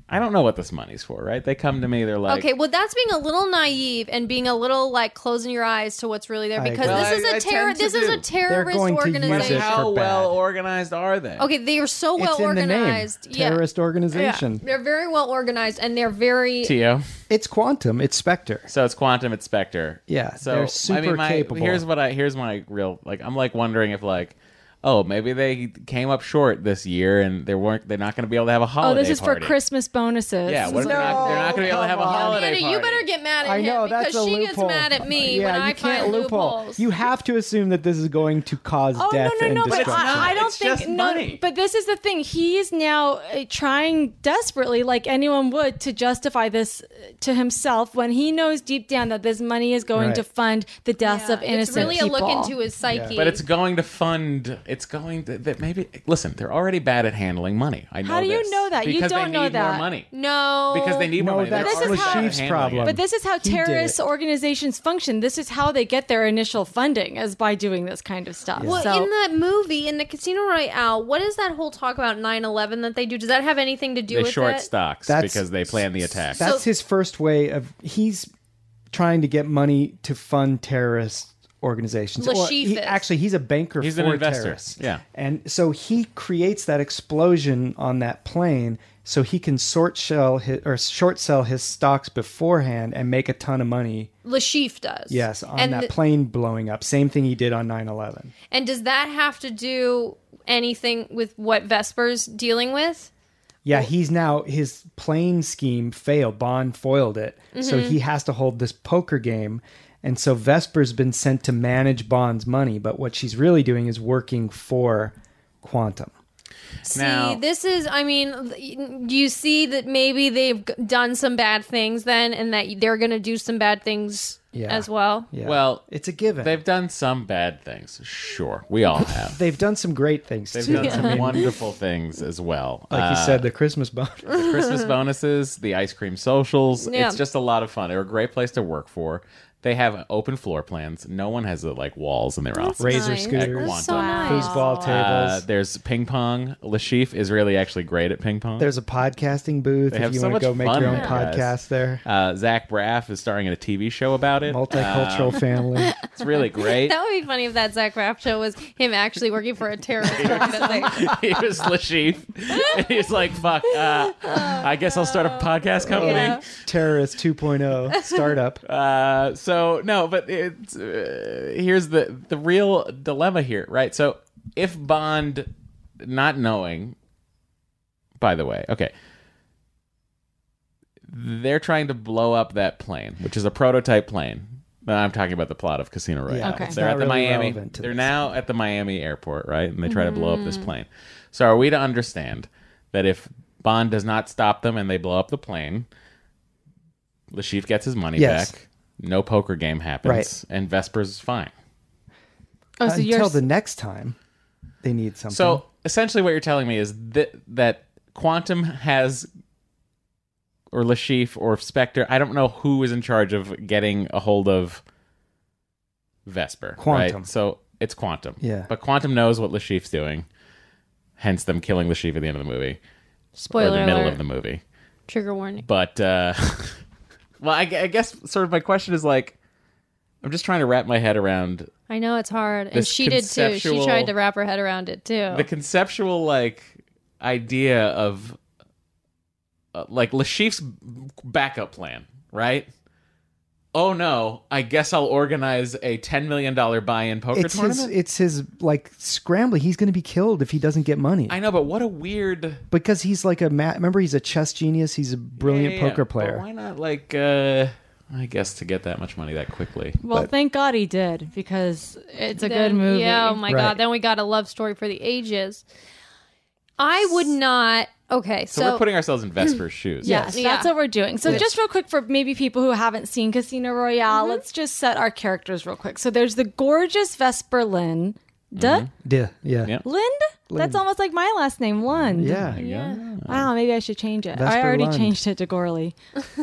S2: I don't know what this money's for, right? They come to me, they're like,
S3: okay, well, that's being a little naive and being a little like closing your eyes to what's really there
S1: I
S3: because
S1: agree.
S3: this
S2: Well, I- I
S3: is a terror.
S2: tend to
S3: This is
S2: do.
S3: a
S2: They're
S3: terrorist
S1: going to use it
S3: organization.
S1: for
S2: how
S1: bad.
S2: well organized are they?
S3: Okay, they are so well
S1: it's in
S3: organized.
S1: the name. Terrorist
S3: Yeah.
S1: organization.
S3: They're very well organized and they're very
S2: Tio.
S1: It's quantum. It's Spectre.
S2: So it's Quantum, it's Spectre.
S1: Yeah,
S2: So
S1: they're
S2: I
S1: super
S2: mean, my,
S1: capable.
S2: Here's what I here's my real like. I'm like wondering if like, oh, maybe they came up short this year and they weren't. They're not going to be able to have a
S4: Oh,
S2: holiday.
S4: this is for
S2: party.
S4: Christmas bonuses.
S2: Yeah, what if they're not, they're not going to be able to have a
S1: No, come
S3: Hannah,
S2: holiday party.
S3: you better get mad at
S1: I
S3: him
S1: know
S3: because
S1: that's a
S3: she
S1: loophole.
S3: gets mad at me
S1: yeah,
S3: when I
S1: you can't
S3: find
S1: loophole.
S3: loopholes.
S1: You have to assume that this is going to cause
S4: Oh
S1: death
S4: no no
S1: and
S4: no! But
S1: destruction.
S4: I, I don't
S2: It's
S4: think
S2: just
S4: no.
S2: money.
S4: But this is the thing. He is now uh, trying desperately, like anyone would, to justify this uh, to himself when he knows deep down that this money is going
S1: Right.
S4: to fund the deaths
S3: Yeah,
S4: of innocent
S3: it's really
S4: people.
S3: a look into his psyche.
S2: But it's going to fund. It's going to that maybe. Listen, they're already bad at handling money. I know.
S4: How do you
S2: this.
S4: know that? You
S2: Because
S4: don't
S2: they
S4: know
S2: need
S4: that.
S2: More money.
S3: no
S2: Because they need
S1: No,
S2: more money. They're
S1: that's
S2: already bad at
S1: Lashiv's
S2: handling it.
S1: problem.
S4: But this is
S1: He
S4: how
S1: did it.
S4: terrorist organizations function. This is how they get their initial funding, is by doing this kind of stuff.
S3: Well,
S4: So-
S3: in that movie, in the Casino Royale, what is that whole talk about 9-11 that they do? Does that have anything to do
S2: They
S3: with
S2: short
S3: it?
S2: stocks
S1: That's-
S2: because they plan the attack.
S1: That's his first way of he's trying to get money to fund terrorist organizations. Or he-
S3: Lashifis.
S1: actually, he's a banker
S2: He's
S1: for
S2: an investor.
S1: terrorists.
S2: Yeah.
S1: and so he creates that explosion on that plane so he can short sell his, or short sell his stocks beforehand and make a ton of money.
S3: Lashif does.
S1: Yes, on
S3: and
S1: that
S3: th-
S1: plane blowing up. Same thing he did on 9-11.
S3: And does that have to do anything with what Vesper's dealing with?
S1: Yeah, he's now his plane scheme failed. Bond foiled it, so he has to hold this poker game, and so Vesper's been sent to manage Bond's money. But what she's really doing is working for Quantum.
S3: See,
S2: Now-
S3: this is, I mean, th- you see that maybe they've g- done some bad things then and that they're going to do some bad things
S1: Yeah.
S3: as well.
S1: Yeah,
S2: Well,
S1: it's a given.
S2: They've done some bad things. Sure, we all have.
S1: They've done some great things
S2: They've
S1: too.
S2: done some wonderful things as well.
S1: like you
S2: Uh,
S1: said, the Christmas bonus.
S2: the Christmas bonuses, the ice cream socials.
S3: Yeah.
S2: It's just a lot of fun. They're a great place to work for. They have open floor plans. No one has the, like walls in their office.
S1: Razor
S3: nice.
S1: scooters,
S3: That's so
S2: Wow.
S3: nice.
S1: foosball tables.
S2: Uh, there's ping pong. Lashif is really actually great at ping pong.
S1: There's a podcasting booth
S2: have
S1: if you
S2: so
S1: want
S2: much
S1: to go make
S2: fun
S1: your own
S2: there, guys.
S1: podcast there.
S2: uh, Zach Braff is starring in a TV show about it.
S1: Multicultural
S2: uh,
S1: family.
S2: It's really great.
S3: That would be funny if that Zach Raff show was him actually working for a terrorist organization.
S2: he was Lashif. and he's like, "Fuck, uh, I guess I'll start a podcast company."
S3: Yeah.
S1: Terrorist 2.0 startup.
S2: Uh, so no, but it's uh, here's the the real dilemma here, right? So if Bond, not knowing, by the way, okay, they're trying to blow up that plane, which is a prototype plane. Now, I'm talking about the plot of Casino Royale.
S1: Yeah, Okay. it's
S2: They're
S1: not
S2: at the
S1: really
S2: Miami.
S1: relevant to
S2: They're
S1: this.
S2: now at the Miami airport, right? And they try to blow up
S1: Mm.
S2: this plane. So are we to understand that if Bond does not stop them and they blow up the plane, Lashif gets his money
S1: Yes.
S2: back. No poker game happens,
S1: Right.
S2: and Vesper's is fine.
S4: oh, so you're
S1: Until the next time, they need something.
S2: So essentially, what you're telling me is that that Quantum has, or Lashif or Spectre. I don't know who is in charge of getting a hold of Vesper.
S1: Quantum.
S2: Right? So it's Quantum.
S1: Yeah.
S2: But Quantum knows what Lashif's doing, hence them killing Lashif at the end of the movie
S3: Spoiler
S2: or the middle
S3: alert.
S2: of the movie.
S3: Trigger warning.
S2: But uh, well, I, gu- I guess sort of my question is like, I'm just trying to wrap my head around
S3: I know it's hard, and
S2: This
S3: she did too. She
S2: conceptual-
S3: tried to wrap her head around it too.
S4: Oh.
S2: the conceptual like idea of uh, like Lashif's backup plan, right? Oh no, I guess I'll organize a ten million dollar buy-in poker
S1: it's his,
S2: tournament.
S1: it's his like scrambling. He's going to be killed if he doesn't get money
S2: I know, but what a weird
S1: because he's like a ma- remember he's a chess genius. He's a brilliant
S2: Yeah,
S1: poker
S2: but
S1: player.
S2: why not like uh I guess to get that much money that quickly.
S4: well, thank God he did because it's a good
S3: Then-
S4: movie.
S3: Yeah, oh my
S1: Right.
S3: god. Then we got a love story for the ages. I would not. Okay, so,
S2: So, we're putting ourselves in Vesper's shoes.
S4: Yes,
S3: Yeah.
S4: that's what we're doing. So, just real quick for maybe people who haven't seen Casino Royale, let's just set our characters real quick. So, there's the gorgeous Vesper Lynn. Duh?
S1: Yeah, yeah.
S2: Yep.
S4: Lind? That's almost like my last name, Lund.
S5: Yeah.
S4: Wow, maybe I should change it.
S5: Vesper
S4: I already
S5: Lund.
S4: changed it to Gorley.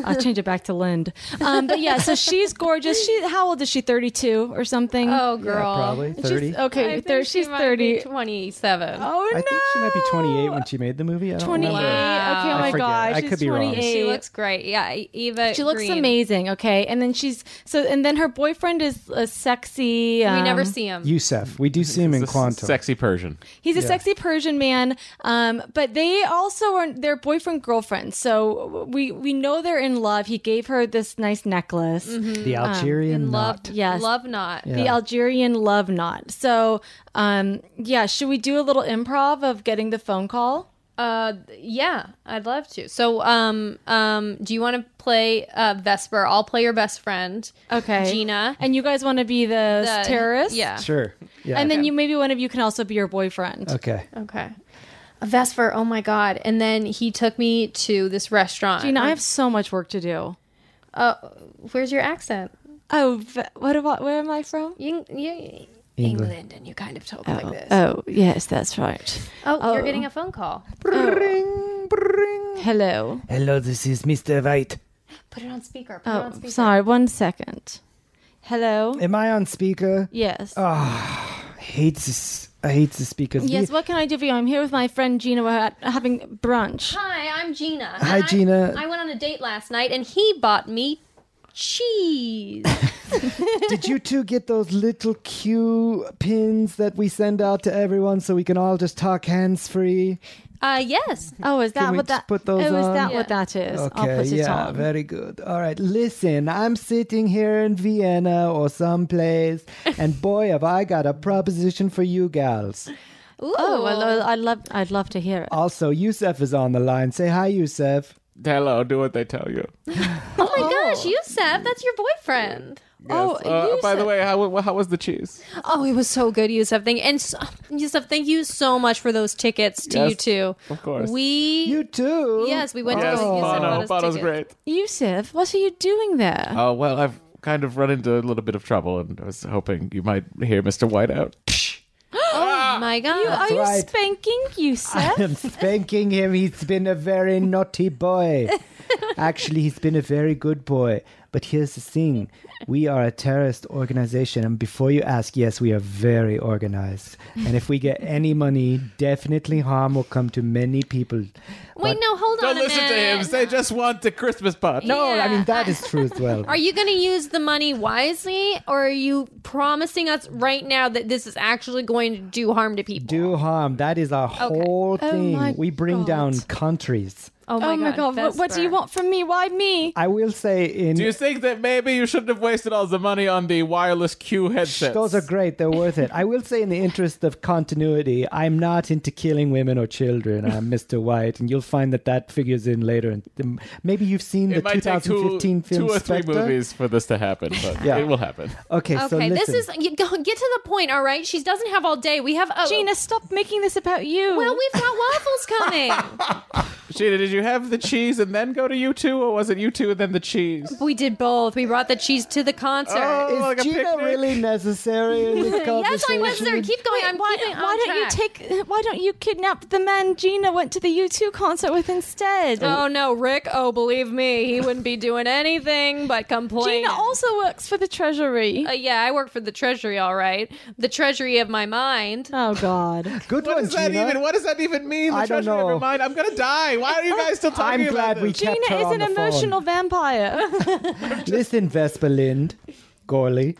S4: I'll change it back to Lind. Um, but yeah, so she's gorgeous. She how old is she? Thirty two or something.
S3: Oh,
S5: Yeah,
S3: girl.
S5: probably
S4: She's-
S5: 30.
S3: I
S4: okay,
S3: think
S4: there,
S3: she
S4: she's
S3: might
S4: thirty.
S3: be 27.
S4: oh
S5: I
S4: no,
S5: think she might be 28 when she made the movie. I don't
S4: twenty eight.
S5: remember.
S4: Okay, oh
S3: I
S4: my
S5: forget.
S4: gosh,
S5: I
S4: she's
S5: could be wrong.
S4: twenty eight.
S3: She looks great. Yeah, E-, Eva.
S4: She looks
S3: Green.
S4: amazing. Okay, and then she's so, and then her boyfriend is a sexy.
S3: We
S4: um,
S3: never see him.
S5: Yusef. We do see him in
S2: This
S5: Quantum.
S2: Sexy Persian.
S4: He's a sexy Persian man, um, but they also are their boyfriend girlfriend. So we we know they're in love. He gave her this nice necklace.
S5: The
S4: um,
S5: Algerian
S3: love,
S5: knot.
S4: Yes.
S3: love not.
S4: The Algerian love knot. So, um, yeah, should we do a little improv of getting the phone call?
S3: Uh, yeah, I'd love to. So, um, um, do you want to play uh, Vesper? I'll play your best friend.
S4: Okay,
S3: Gina.
S4: and you guys want to be the,
S3: The-
S4: terrorist?
S3: Yeah.
S5: Sure. Yeah.
S4: and then Oh. you maybe one of you can also be your boyfriend.
S5: Okay.
S3: Okay. Vesper, oh my god! And then he took me to this restaurant.
S4: Gina, I have so much work to do.
S3: Uh, where's your accent?
S4: Oh, v- what about where am I from?
S3: You, you, England. and you kind of talk like this.
S4: Oh, yes, that's right.
S3: oh, you're getting a phone call.
S4: Hello.
S1: Hello, this is Mr. White.
S3: Put it on speaker. Put it
S4: Oh,
S3: on speaker.
S4: sorry, one second. Hello.
S1: Am I on speaker?
S4: Yes.
S1: Ah, I hate this. I hate the speakers.
S4: yes. What can I do for you? I'm here with my friend Gina. We're at- having brunch.
S3: Hi, I'm Gina.
S1: Hi,
S3: And I-
S1: Gina.
S3: I went on a date last night, and he bought me cheese.
S1: Did you two get those little cue pins that we send out to everyone so we can all just talk hands free?
S3: uh, yes.
S4: Oh, is that
S1: we
S4: what
S1: just
S4: that?
S1: put those
S4: oh, is
S1: on?
S4: that what
S3: Yeah.
S4: that is? I'll
S1: Okay,
S4: put it
S1: yeah,
S4: on.
S1: very good. All right, listen, I'm sitting here in Vienna or someplace, and boy, have I got a proposition for you gals.
S3: Ooh.
S4: Oh, well, I love. I'd love to hear it.
S1: Also, Yusef is on the line. Say hi, Yusef.
S2: Hello, do what they tell you.
S3: oh my gosh, Yusef, that's your boyfriend.
S4: Oh,
S2: Uh, by the
S4: Yusuf.
S2: way, how, how was the cheese?
S3: Oh, it was so good, Yusef. Thank and so, Yusef, thank you so much for those tickets to you
S2: Yes,
S3: two.
S2: of course.
S3: We
S1: You too.
S3: yes, we went
S2: yes,
S3: to go. Yusef bought
S2: Bono.
S3: us
S2: Bono's
S3: tickets.
S2: great.
S4: Yusuf, what are you doing there?
S1: Ah,
S2: Oh, well, I've kind of run into a little bit of trouble, and I was hoping you might hear Mr. White out.
S3: Oh my god.
S4: Are you
S1: right.
S4: spanking Yusuf?
S1: I'm spanking him. He's been a very naughty boy. Actually, he's been a very good boy. But here's the thing we are a terrorist organization. And before you ask, yes, we are very organized. And if we get any money, definitely harm will come to many people.
S3: Wait, no, hold on
S2: Don't
S3: a
S2: listen to
S3: minute.
S2: him. They just want the Christmas pot.
S1: No, oh, I
S3: Yeah.
S1: mean, that is true as well.
S3: Are you going to use the money wisely, or are you promising us right now that this is actually going to do harm to people?
S1: Do harm. That is our whole
S4: Oh
S1: thing.
S4: my
S1: we bring
S4: God.
S1: down countries.
S3: oh my god!
S4: What, what do you
S3: Vesper.
S4: want from me? Why me?
S1: I will say in
S2: Do you think that maybe you shouldn't have wasted all the money on the wireless Q headsets?
S1: Those are great. They're worth it. I will say, in the interest of continuity, I'm not into killing women or children. I'm Mr. White, and you'll find that that figures in later. And um, maybe you've seen
S2: It
S1: the
S2: might take two,
S1: 2015 film
S2: two or three
S1: Spectre.
S2: movies for this to happen, but
S1: Yeah.
S2: it will happen.
S1: Okay, so
S3: Okay, this
S1: listen.
S3: is you go, get to the point, all right? She doesn't have all day. We have a,
S4: Gina, stop making this about you.
S3: Oh. Well, we've got waffles coming.
S2: Sheena, did you have the cheese and then go to you two, or was it you two and then the cheese?
S3: we did both. We brought the cheese to the concert.
S2: Oh,
S1: Is
S2: like a
S1: Gina
S2: picnic?
S1: really necessary in this
S3: yes, I
S1: conversation?
S3: was there. Keep going. I'm
S4: why,
S3: keeping
S4: why
S3: on
S4: don't
S3: track.
S4: you take? Why don't you kidnap the man Gina went to the U2 concert with instead?
S3: Oh no, Rick! Oh, believe me, he wouldn't be doing anything but complain.
S4: Gina also works for the Treasury.
S3: Uh, yeah, I work for the Treasury, all right. The Treasury of my mind.
S4: oh God.
S1: Good
S2: What
S1: one,
S2: does that
S1: Gina.
S2: even? What does that even mean? The
S1: I don't
S2: treasure of your
S1: know.
S2: mind. I'm gonna die. Why are you guys still talking
S1: I'm
S2: about
S1: glad we
S2: this?
S1: kept
S4: Gina
S1: her
S4: is
S1: on
S4: an
S1: the phone.
S4: emotional vampire.
S1: Listen, Vespa Lind, Gorley.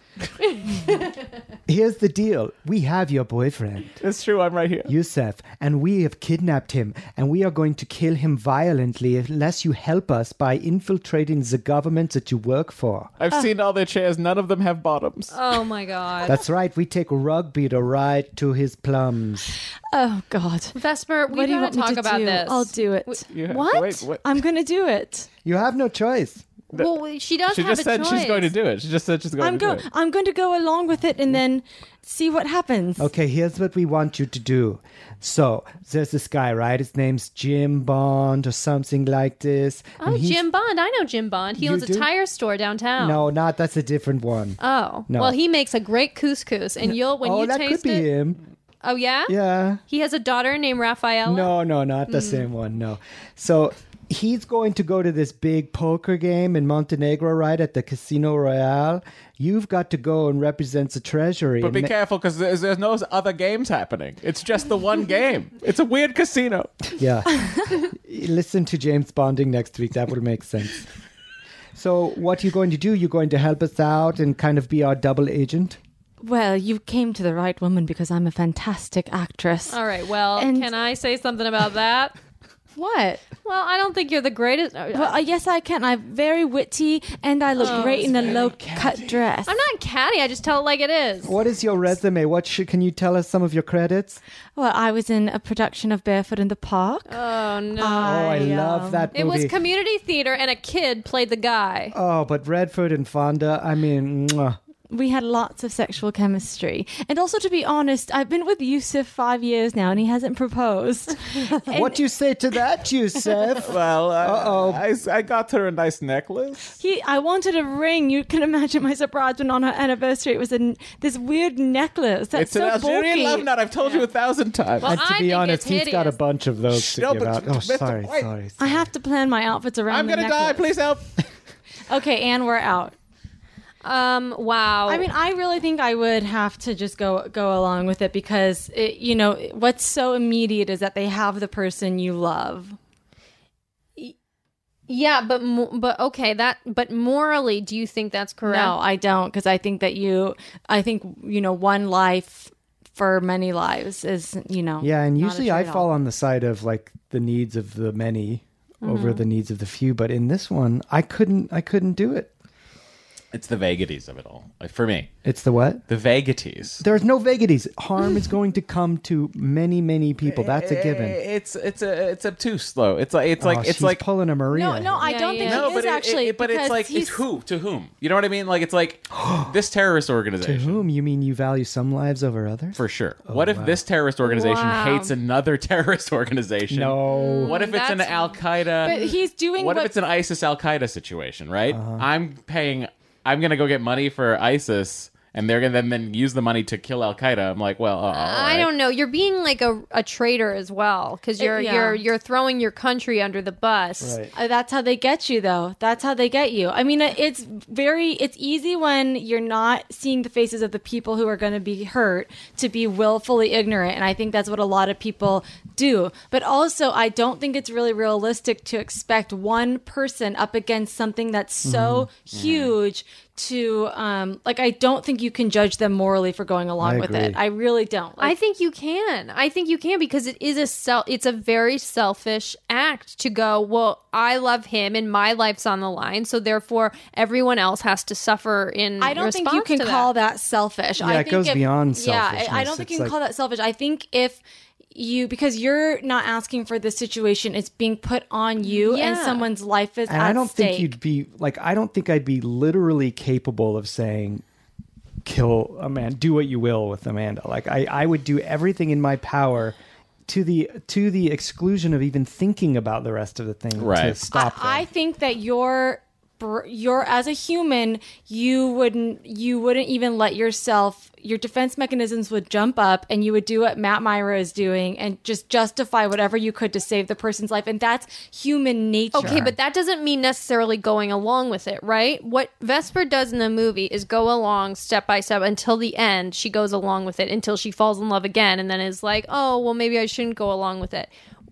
S1: Here's the deal. We have your boyfriend.
S2: It's true. I'm right here.
S1: Yusef, and we have kidnapped him, and we are going to kill him violently unless you help us by infiltrating the government that you work for.
S2: I've seen all their chairs. None of them have bottoms.
S3: Oh my god.
S1: That's right, we take rugby to ride to his plums.
S4: oh God.
S3: Vesper, we
S4: what do you want
S3: gotta talk
S4: me to
S3: about
S4: do?
S3: this.
S4: I'll do it.
S2: You have-
S3: What?
S2: Wait, what?
S4: I'm gonna do it.
S1: You have no choice.
S3: Well, she does
S2: She
S3: have
S2: just
S3: a
S2: said
S3: choice.
S2: she's going to do it. She just said she's going
S4: I'm
S2: to
S4: go.
S2: do it. Mm-hmm.
S4: I'm going to go along with it and then see what happens.
S1: Okay, here's what we want you to do. So, there's this guy, right? His name's Jim Bond or something like this.
S3: Oh,
S1: and he's-
S3: Jim Bond. I know Jim Bond. He
S1: You
S3: owns a
S1: do?
S3: tire store downtown.
S1: No, not that's a different one.
S3: Oh.
S1: No.
S3: Well, he makes a great couscous, and you'll when
S1: oh,
S3: you
S1: that
S3: taste
S1: could be
S3: it.
S1: him.
S3: Oh yeah?
S1: Yeah.
S3: He has a daughter named Raphael.
S1: No, no, not the same one. No. So he's going to go to this big poker game in Montenegro, right at the Casino Royale. You've got to go and represent the treasury.
S2: But
S1: and
S2: be
S1: ma-
S2: careful because there's, there's no other games happening. It's just the one game. It's a weird casino.
S1: yeah. Listen to James Bonding next week. That would make sense. So what are you going to do? You're going to help us out and kind of be our double agent?
S4: Well, you came to the right woman because I'm a fantastic actress.
S3: All right. Well,
S4: And-
S3: can I say something about that?
S4: What?
S3: well, I don't think you're the greatest. uh,
S4: Well, uh, yes, I can. I'm very witty, and I look great in a low-cut dress.
S3: I'm not catty. I just tell it like it is.
S1: What is your resume? What should, can you tell us some of your credits?
S4: Well, I was in a production of Barefoot in the Park.
S3: Oh no.
S1: Oh, I love that movie.
S3: um, it was community theater, and a kid played the guy.
S1: Oh, but Redford and Fonda, I mean, mwah.
S4: we had lots of sexual chemistry. And also, to be honest, I've been with Yusuf five years now, and he hasn't proposed.
S1: what do you say to that, Yusef?
S2: Well, uh,
S1: Uh-oh.
S2: I, I got her a nice necklace.
S4: He, I wanted a ring. You can imagine my surprise when on her anniversary it was an, this weird necklace. That's
S2: it's an
S4: so
S2: Algerian
S4: bulky.
S2: love knot. I've told you a thousand times.
S3: Well,
S1: and to
S3: I
S1: be
S3: think
S1: honest,
S3: it's
S1: he's got a
S3: hideous.
S1: bunch of those to
S2: No,
S1: give
S2: but
S1: out. Oh,
S2: Mr.
S1: sorry,
S2: White.
S1: sorry,
S4: I
S1: sorry.
S4: have to plan my outfits around.
S2: I'm
S4: the
S2: gonna die.
S4: necklace.
S2: Please help.
S4: Okay, and we're out.
S3: Um. Wow.
S2: Oh.
S4: I mean, I really think I would have to just go go along with it because it, you know what's so immediate is that they have the person you love.
S3: yeah, but mo- but okay, that but morally, do you think that's correct?
S4: No, I don't because I think that you, I think you know, one life for many lives is you know.
S1: Yeah, and
S4: not a
S1: usually I
S4: trade-off.
S1: fall on the side of like the needs of the many over the needs of the few, but in this one, I couldn't. I couldn't do it.
S2: It's the vagaries of it all Like, for me.
S1: It's the what?
S2: The vagaries.
S1: There's no vagaries. Harm is going to come to many, many people. That's a given.
S2: Eh, It's it's a it's obtuse though. It's like it's like
S1: Oh,
S2: it's
S1: she's
S2: like
S1: pulling a Maria.
S4: No, no, I
S3: Yeah,
S4: don't think
S3: yeah.
S4: it
S2: no,
S4: is
S2: but it- it-
S4: actually.
S2: it- but it's
S4: because
S2: like
S4: he's-
S2: it's who to whom. You know what I mean? Like it's like this terrorist organization.
S1: Whom you mean you value some lives over others?
S2: For sure.
S1: Oh,
S2: what if this terrorist organization
S3: Wow.
S2: hates another terrorist organization?
S1: No.
S2: What if it's an
S3: That's-
S2: Al Qaeda?
S4: But he's doing
S2: What, if
S4: what-
S2: it's an ISIS Al Qaeda situation? Right.
S1: Uh-huh.
S2: I'm paying. I'm gonna go get money for ISIS, and they're gonna then, then use the money to kill Al Qaeda. I'm like, well, uh, all
S3: I
S2: right.
S3: don't know. You're being like a, a traitor as well because you're
S4: Uh, yeah.
S3: you're you're throwing your country under the bus.
S1: Right.
S4: Uh, that's how they get you, though. That's how they get you. I mean, uh, it's very, it's easy when you're not seeing the faces of the people who are going to be hurt to be willfully ignorant. And I think that's what a lot of people do. But also, I don't think it's really realistic to expect one person up against something that's
S1: Mm-hmm.
S4: so huge to, um, like, I don't think you can judge them morally for going along
S1: I
S4: with
S1: agree.
S4: it. I really don't. Like,
S3: I think you can. I think you can because it is a self. It's a very selfish act to go. Well, I love him, and my life's on the line, so therefore everyone else has to suffer in.
S4: I don't think you
S3: response
S4: can
S3: to
S4: call that selfish. I
S1: it
S4: think
S1: goes
S4: if-
S1: beyond
S4: Yeah, I- I,
S1: selfishness.
S4: don't think
S1: It's
S4: you can
S1: like-
S4: call that selfish. I think if you because you're not asking for this situation, it's being put on you, and
S3: Yeah.
S4: someone's life is.
S1: And
S4: at
S1: I don't
S4: stake.
S1: think you'd be like I don't think I'd be literally capable of saying kill a man, do what you will with Amanda. Like I, I would do everything in my power to the to the exclusion of even thinking about the rest of the thing to
S2: Right.
S1: stop them.
S4: I, I think that you're br- you're as a human you wouldn't you wouldn't even let yourself your defense mechanisms would jump up and you would do what Matt Myra is doing and just justify whatever you could to save the person's life and that's human nature.
S3: Okay, but that doesn't mean necessarily going along with it, right? What Vesper does in the movie is go along step by step until the end. She goes along with it until she falls in love again and then is like, oh, well, maybe I shouldn't go along with it.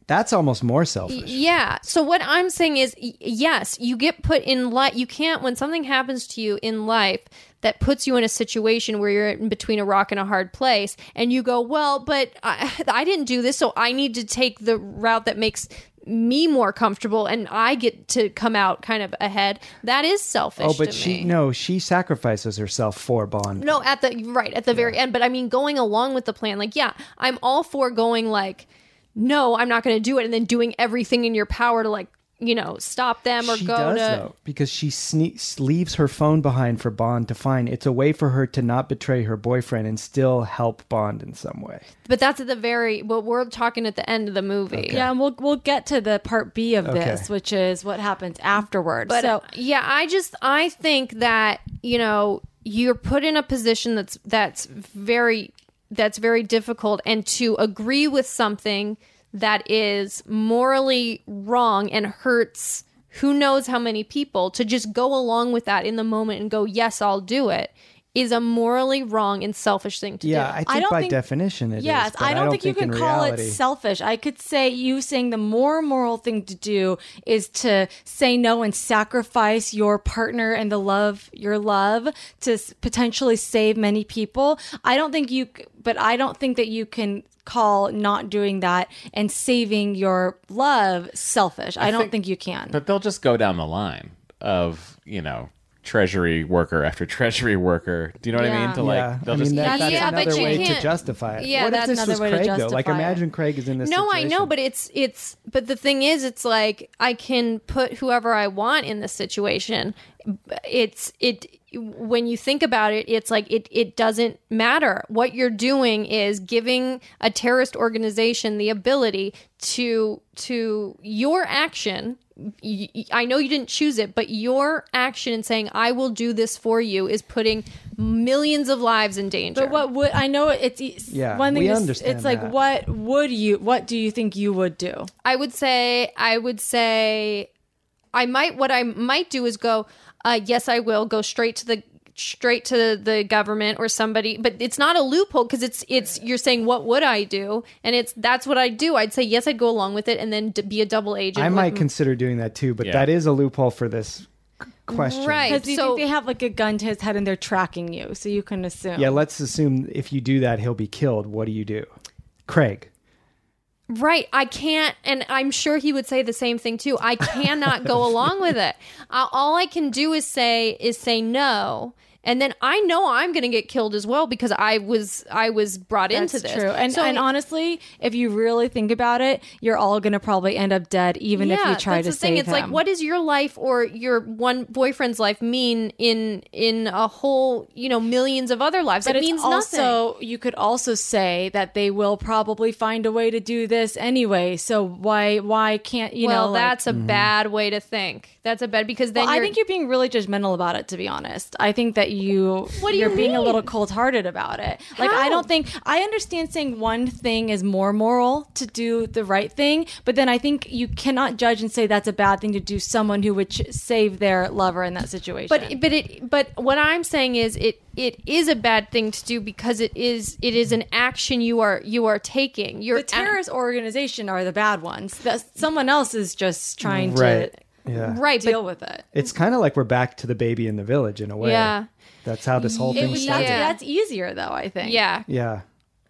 S1: That's almost more selfish.
S3: Yeah. So what I'm saying is, y- yes, you get put in life. You can't when something happens to you in life that puts you in a situation where you're in between a rock and a hard place, and you go, well, but I, I didn't do this, so I need to take the route that makes me more comfortable, and I get to come out kind of ahead. That is selfish.
S1: Oh, but
S3: to
S1: she
S3: me.
S1: no, she sacrifices herself for Bond.
S3: No, at the right at the very end. But I mean, going along with the plan, like, yeah, I'm all for going like, no, I'm not going to do it, and then doing everything in your power to like, you know, stop them or
S1: she
S3: go
S1: does
S3: to.
S1: though, because she sneaks leaves her phone behind for Bond to find. It's a way for her to not betray her boyfriend and still help Bond in some way.
S3: But that's at the very. But we're talking at the end of the movie.
S4: Yeah, and we'll we'll get to the part B of this,
S1: Okay.
S4: which is what happens afterward.
S3: But
S4: so
S3: uh, yeah, I just I think that you know you're put in a position that's that's very that's very difficult and to agree with something that is morally wrong and hurts who knows how many people to just go along with that in the moment and go yes I'll do it is a morally wrong and selfish thing to
S1: Yeah, I
S3: do.
S1: think
S4: I don't
S1: by
S4: think-
S1: definition it is.
S4: Yes,
S1: but
S4: I, don't think, you
S1: in
S4: can call
S1: reality-
S4: it selfish. I could say you saying the more moral thing to do is to say no and sacrifice your partner and the love your love to s- potentially save many people. I don't think you, c- but I don't think that you can call not doing that and saving your love selfish. I, don't think you can.
S2: But they'll just go down the line of, you know, treasury worker after treasury worker. Do you know what I
S4: Yeah.
S2: mean? To like,
S1: yeah,
S2: they'll
S1: I mean
S2: just
S1: that,
S3: keep-
S1: that's
S3: Yeah, but
S1: another
S3: you
S1: way to
S3: can't-
S1: justify it.
S3: Yeah,
S1: what if
S3: that's
S1: this was
S4: another way to
S1: Craig though? Like
S4: justify it.
S1: imagine Craig is in this.
S3: no, I
S1: situation.
S3: know, but it's it's but the thing is it's like I can put whoever I want in this situation. It's it when you think about it, it's like it it doesn't matter. What you're doing is giving a terrorist organization the ability to to your action y- y- I know you didn't choose it, but your action in saying "I will do this for you" is putting millions of lives in danger.
S4: But what would I know? It's e- s-
S1: Yeah,
S4: one thing.
S1: we
S4: is-
S1: understand
S4: it's like
S1: that.
S4: what would you? What do you think you would do?
S3: I would say I would say I might what I might do is go uh yes I will go straight to the straight to the government or somebody but it's not a loophole because it's it's you're saying what would I do and it's that's what I do I'd say yes I'd go along with it and then d- be a double agent
S1: I
S3: with
S1: might
S3: m-
S1: consider doing that too, but
S2: Yeah.
S1: that is a loophole for this c- question.
S3: right
S4: Because you
S3: so
S4: think they have like a gun to his head and they're tracking you, so you can assume.
S1: Yeah, let's assume if you do that, he'll be killed. What do you do, Craig?
S3: Right. I can't, and I'm sure he would say the same thing too. I cannot go along with it. Uh, all I can do is say is say no, and then I know I'm going to get killed as well because I was I was brought
S4: That's
S3: into this.
S4: true. And
S3: So-
S4: and honestly, if you really think about it, you're all gonna probably end up dead, even if you try
S3: that's
S4: to
S3: the thing.
S4: save
S3: It's like,
S4: him.
S3: what does your life or your one boyfriend's life mean in in a whole you know millions of other lives?
S4: But
S3: it
S4: it's
S3: means nothing.
S4: also you could also say that they will probably find a way to do this anyway. So why why can't you
S3: well,
S4: know? like-
S3: that's a bad way to think. That's a bad because then
S4: Well, I
S3: you're-
S4: think you're being really judgmental about it. To be honest, I think that you
S3: do
S4: you're
S3: you
S4: being a
S3: mean?
S4: little cold-hearted about it. Like I
S3: How?
S4: don't think I understand saying one thing is more moral to do the right thing, but then I think you cannot judge and say that's a bad thing to do someone who would ch- save their lover in that situation.
S3: But but it but what I'm saying is it it is a bad thing to do because it is it is an action you are you are taking. You're
S4: the terrorist organization are the bad ones. That someone else is just trying
S1: Right.
S4: to
S1: Yeah.
S3: right, but
S4: deal with it.
S1: It's kind of like we're back to the baby in the village in a way.
S3: Yeah.
S1: That's how this whole
S4: It
S1: thing
S4: was,
S1: started.
S4: that's,
S3: Yeah.
S4: that's easier though. I think.
S3: yeah.
S1: Yeah.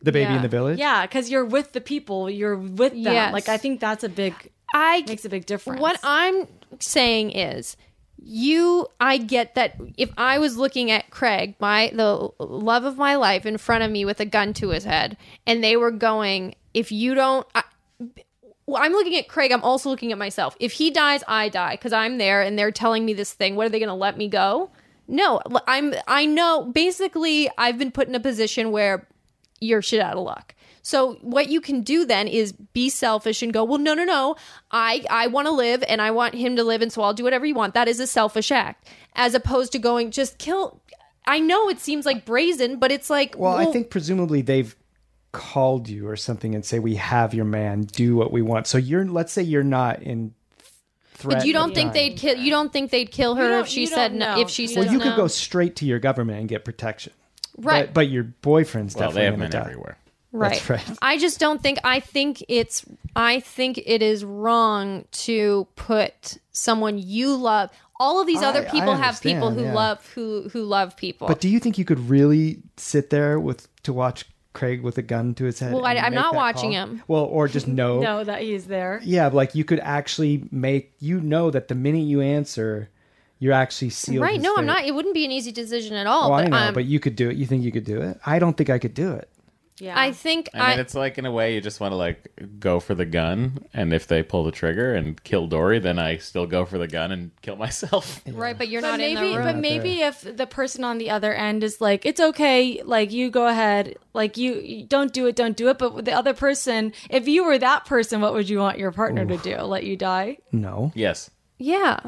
S1: The baby
S3: Yeah.
S1: in the village?
S4: Yeah, because you're with the people. You're with them.
S3: Yes.
S4: Like I think that's a big.
S3: I
S4: makes a big difference.
S3: What I'm saying is you I get that if I was looking at Craig, my the love of my life in front of me with a gun to his head and they were going if you don't I, well, I'm looking at Craig. I'm also looking at myself. If he dies, I die because I'm there and they're telling me this thing. What are they going to let me go? No, l- I'm. I know. Basically, I've been put in a position where you're shit out of luck. So what you can do then is be selfish and go, well, no, no, no. I I want to live and I want him to live, and so I'll do whatever you want. That is a selfish act, as opposed to going just kill. I know it seems like brazen, but it's like
S1: Well, I think presumably they've called you or something and say, We have your man, do what we want. So you're, let's say you're not in threat.
S3: But you don't
S1: of
S3: think
S1: dying.
S3: they'd kill? You don't think they'd kill her
S4: don't-
S3: if she
S4: you
S3: said
S4: don't
S3: no?
S4: know.
S3: If she
S4: You
S3: said
S1: Well, you
S3: no,
S1: could go straight to your government and get protection.
S3: right?
S1: But, but your boyfriend's
S2: well, they
S1: definitely
S2: have
S1: going
S2: men
S1: to die.
S2: everywhere.
S3: right.
S1: That's right.
S3: I just don't think. I think it's. I think it is wrong to put someone you love. All of these other
S1: I- I
S3: people have people
S1: understand,
S3: who
S1: yeah.
S3: love who who love people.
S1: But do you think you could really sit there with to watch Craig with a gun to his head?
S3: Well,
S1: and
S3: I- I'm
S1: make
S3: not
S1: that
S3: watching
S1: call?
S3: him.
S1: Well, or just know.
S4: know that he's there.
S1: Yeah, but, like you could actually make you know that the minute you answer, you're actually sealed.
S3: right?
S1: his
S3: No,
S1: fate.
S3: I'm not. It wouldn't be an easy decision at
S1: Oh,
S3: all. but
S1: I know,
S3: um,
S1: but you could do it. You think you could do it? I don't think I could do it.
S4: Yeah.
S3: I think
S2: I mean,
S3: I.
S2: it's like in a way you just want to like go for the gun, and if they pull the trigger and kill Dory, then I still go for the gun and kill myself.
S3: Right, but you're
S4: but
S3: not
S4: maybe,
S3: in the room.
S4: but maybe if the person on the other end is like, "It's okay, like you go ahead, like you, you don't do it, don't do it," but the other person, if you were that person, what would you want your partner to do? Let you die?
S1: No.
S2: Yes,
S3: yeah.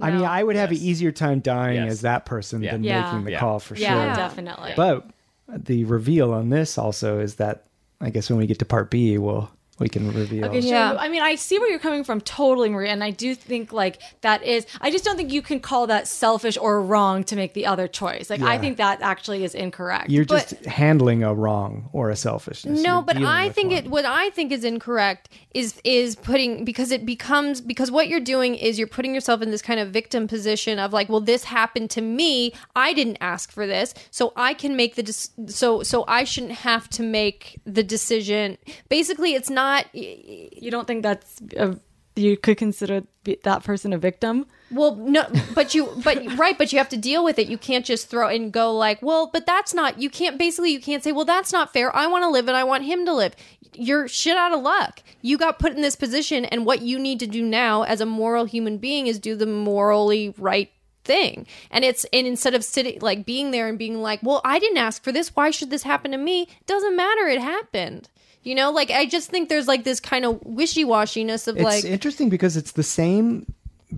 S1: I mean, I would have an easier time dying
S2: Yes.
S1: as that person
S2: Yeah.
S1: than
S4: Yeah.
S1: making the
S2: Yeah.
S1: call for sure.
S4: Yeah, definitely.
S1: But the reveal on this also is that I guess when we get to part B, we'll we can reveal.
S4: Okay, sure.
S3: Yeah.
S4: I mean, I see where you're coming from totally, Maria, and I do think like that is. I just don't think you can call that selfish or wrong to make the other choice. Like, I
S1: Yeah.
S4: think that actually is incorrect.
S1: You're
S3: but-
S1: just handling a wrong or a selfishness.
S3: No,
S1: You're
S3: but
S1: dealing
S3: I
S1: with
S3: think
S1: one.
S3: it. What I think is incorrect is is putting because it becomes because what you're doing is you're putting yourself in this kind of victim position of like, well, this happened to me. I didn't ask for this, so I can make the dec- so so I shouldn't have to make the decision. Basically, it's not
S4: you don't think that's a, you could consider be- that person a victim?
S3: Well, no, but you, but right, but you have to deal with it. You can't just throw and go like, well, but that's not. You can't basically. You can't say, well, that's not fair. I want to live and I want him to live. You're shit out of luck. You got put in this position, and what you need to do now as a moral human being is do the morally right thing. And it's and instead of sitting like being there and being like, well, I didn't ask for this. Why should this happen to me? Doesn't matter. It happened. You know, like I just think there's like this kind of wishy washiness of
S1: It's
S3: like
S1: interesting because it's the same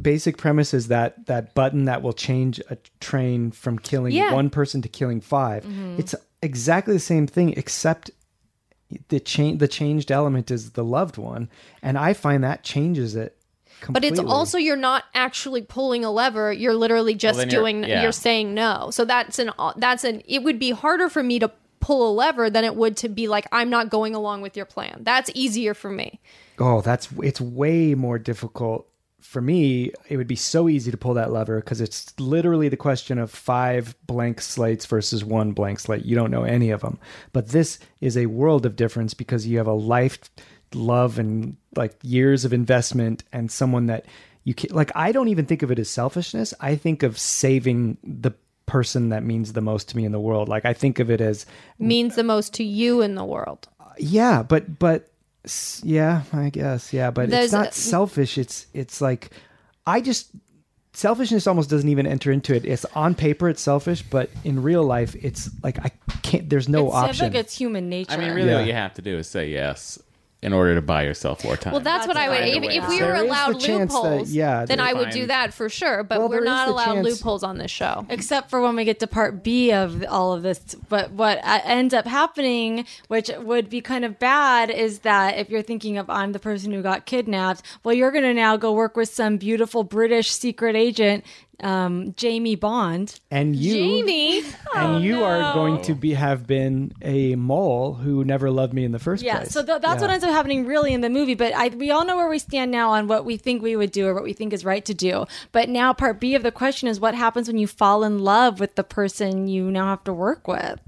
S1: basic premise as that that button that will change a train from killing
S3: Yeah. Mm-hmm.
S1: one person to killing 5 It's exactly the same thing, except the change the changed element is the loved one, and I find that changes it.
S3: But
S1: Completely.
S3: it's also you're not actually pulling a lever. You're literally just
S2: then you're-
S3: doing. You're,
S2: yeah.
S3: saying no. So that's an. That's an. It would be harder for me to pull a lever than it would to be like I'm not going along with your plan. That's easier for me.
S1: oh, that's it's way more difficult for me. It would be so easy to pull that lever because it's literally the question of five blank slates versus one blank slate. You don't know any of them, but this is a world of difference because you have a life, love, and like years of investment, and someone that you can like. I don't even think of it as selfishness. I think of saving the person that means the most to me in the world. Like I think of it as
S3: Means the most to you in the world.
S1: yeah but but s- yeah i guess yeah but
S3: There's
S1: it's not
S3: a-
S1: selfish it's it's like i just selfishness almost doesn't even enter into it it's on paper it's selfish but in real life it's like i can't there's no
S4: it seems
S1: option
S4: like it's human nature.
S2: I mean, really,
S1: Yeah.
S2: what you have to do is say yes in order to buy yourself more time.
S3: Well, that's, what I would.
S2: find a way
S3: If, if
S2: to
S3: we
S2: say
S3: were
S1: There is the
S3: allowed
S1: chance that-
S3: loopholes,
S1: yeah,
S3: then
S1: there-
S3: I would do
S2: Find-
S3: that for sure. But
S1: Well,
S3: we're
S1: there is
S3: not
S1: the
S3: allowed
S1: chance-
S3: loopholes on this show.
S4: except for when we get to part B of all of this. But what uh, ends up happening, which would be kind of bad, is that if you're thinking of I'm the person who got kidnapped, well, you're going to now go work with some beautiful British secret agent, um, Jamie Bond.
S1: and you
S3: Jamie,
S1: and you are going to be have been a mole who never loved me in the first
S4: Yeah,
S1: place
S4: so th- that's what ends up happening really in the movie. But I, we all know where we stand now on what we think we would do or what we think is right to do. But now, part B of the question is what happens when you fall in love with the person you now have to work with?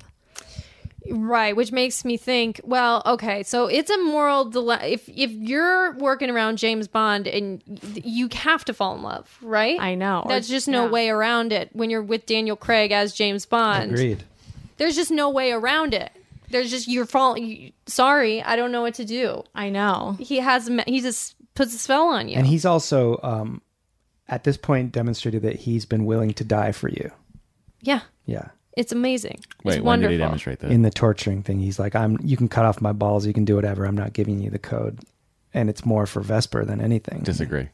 S3: Right, which makes me think. Well, okay, so it's a moral dilemma. If if you're working around James Bond and y- you have to fall in love, right?
S4: I know.
S3: There's
S4: Or-
S3: just no
S4: yeah.
S3: way around it. When you're with Daniel Craig as James Bond,
S1: agreed
S3: there's just no way around it. There's just you're falling. Sorry, I don't know what to do.
S4: I know.
S3: He has me- he just puts a spell on you.
S1: and he's also um at this point demonstrated that he's been willing to die for you
S3: yeah,
S1: yeah
S3: it's amazing.
S2: Wait,
S3: it's
S2: when
S3: wonderful.
S2: did he demonstrate that?
S1: in the torturing thing he's like i'm you can cut off my balls you can do whatever i'm not giving you the code and it's more for vesper than anything
S2: Disagree.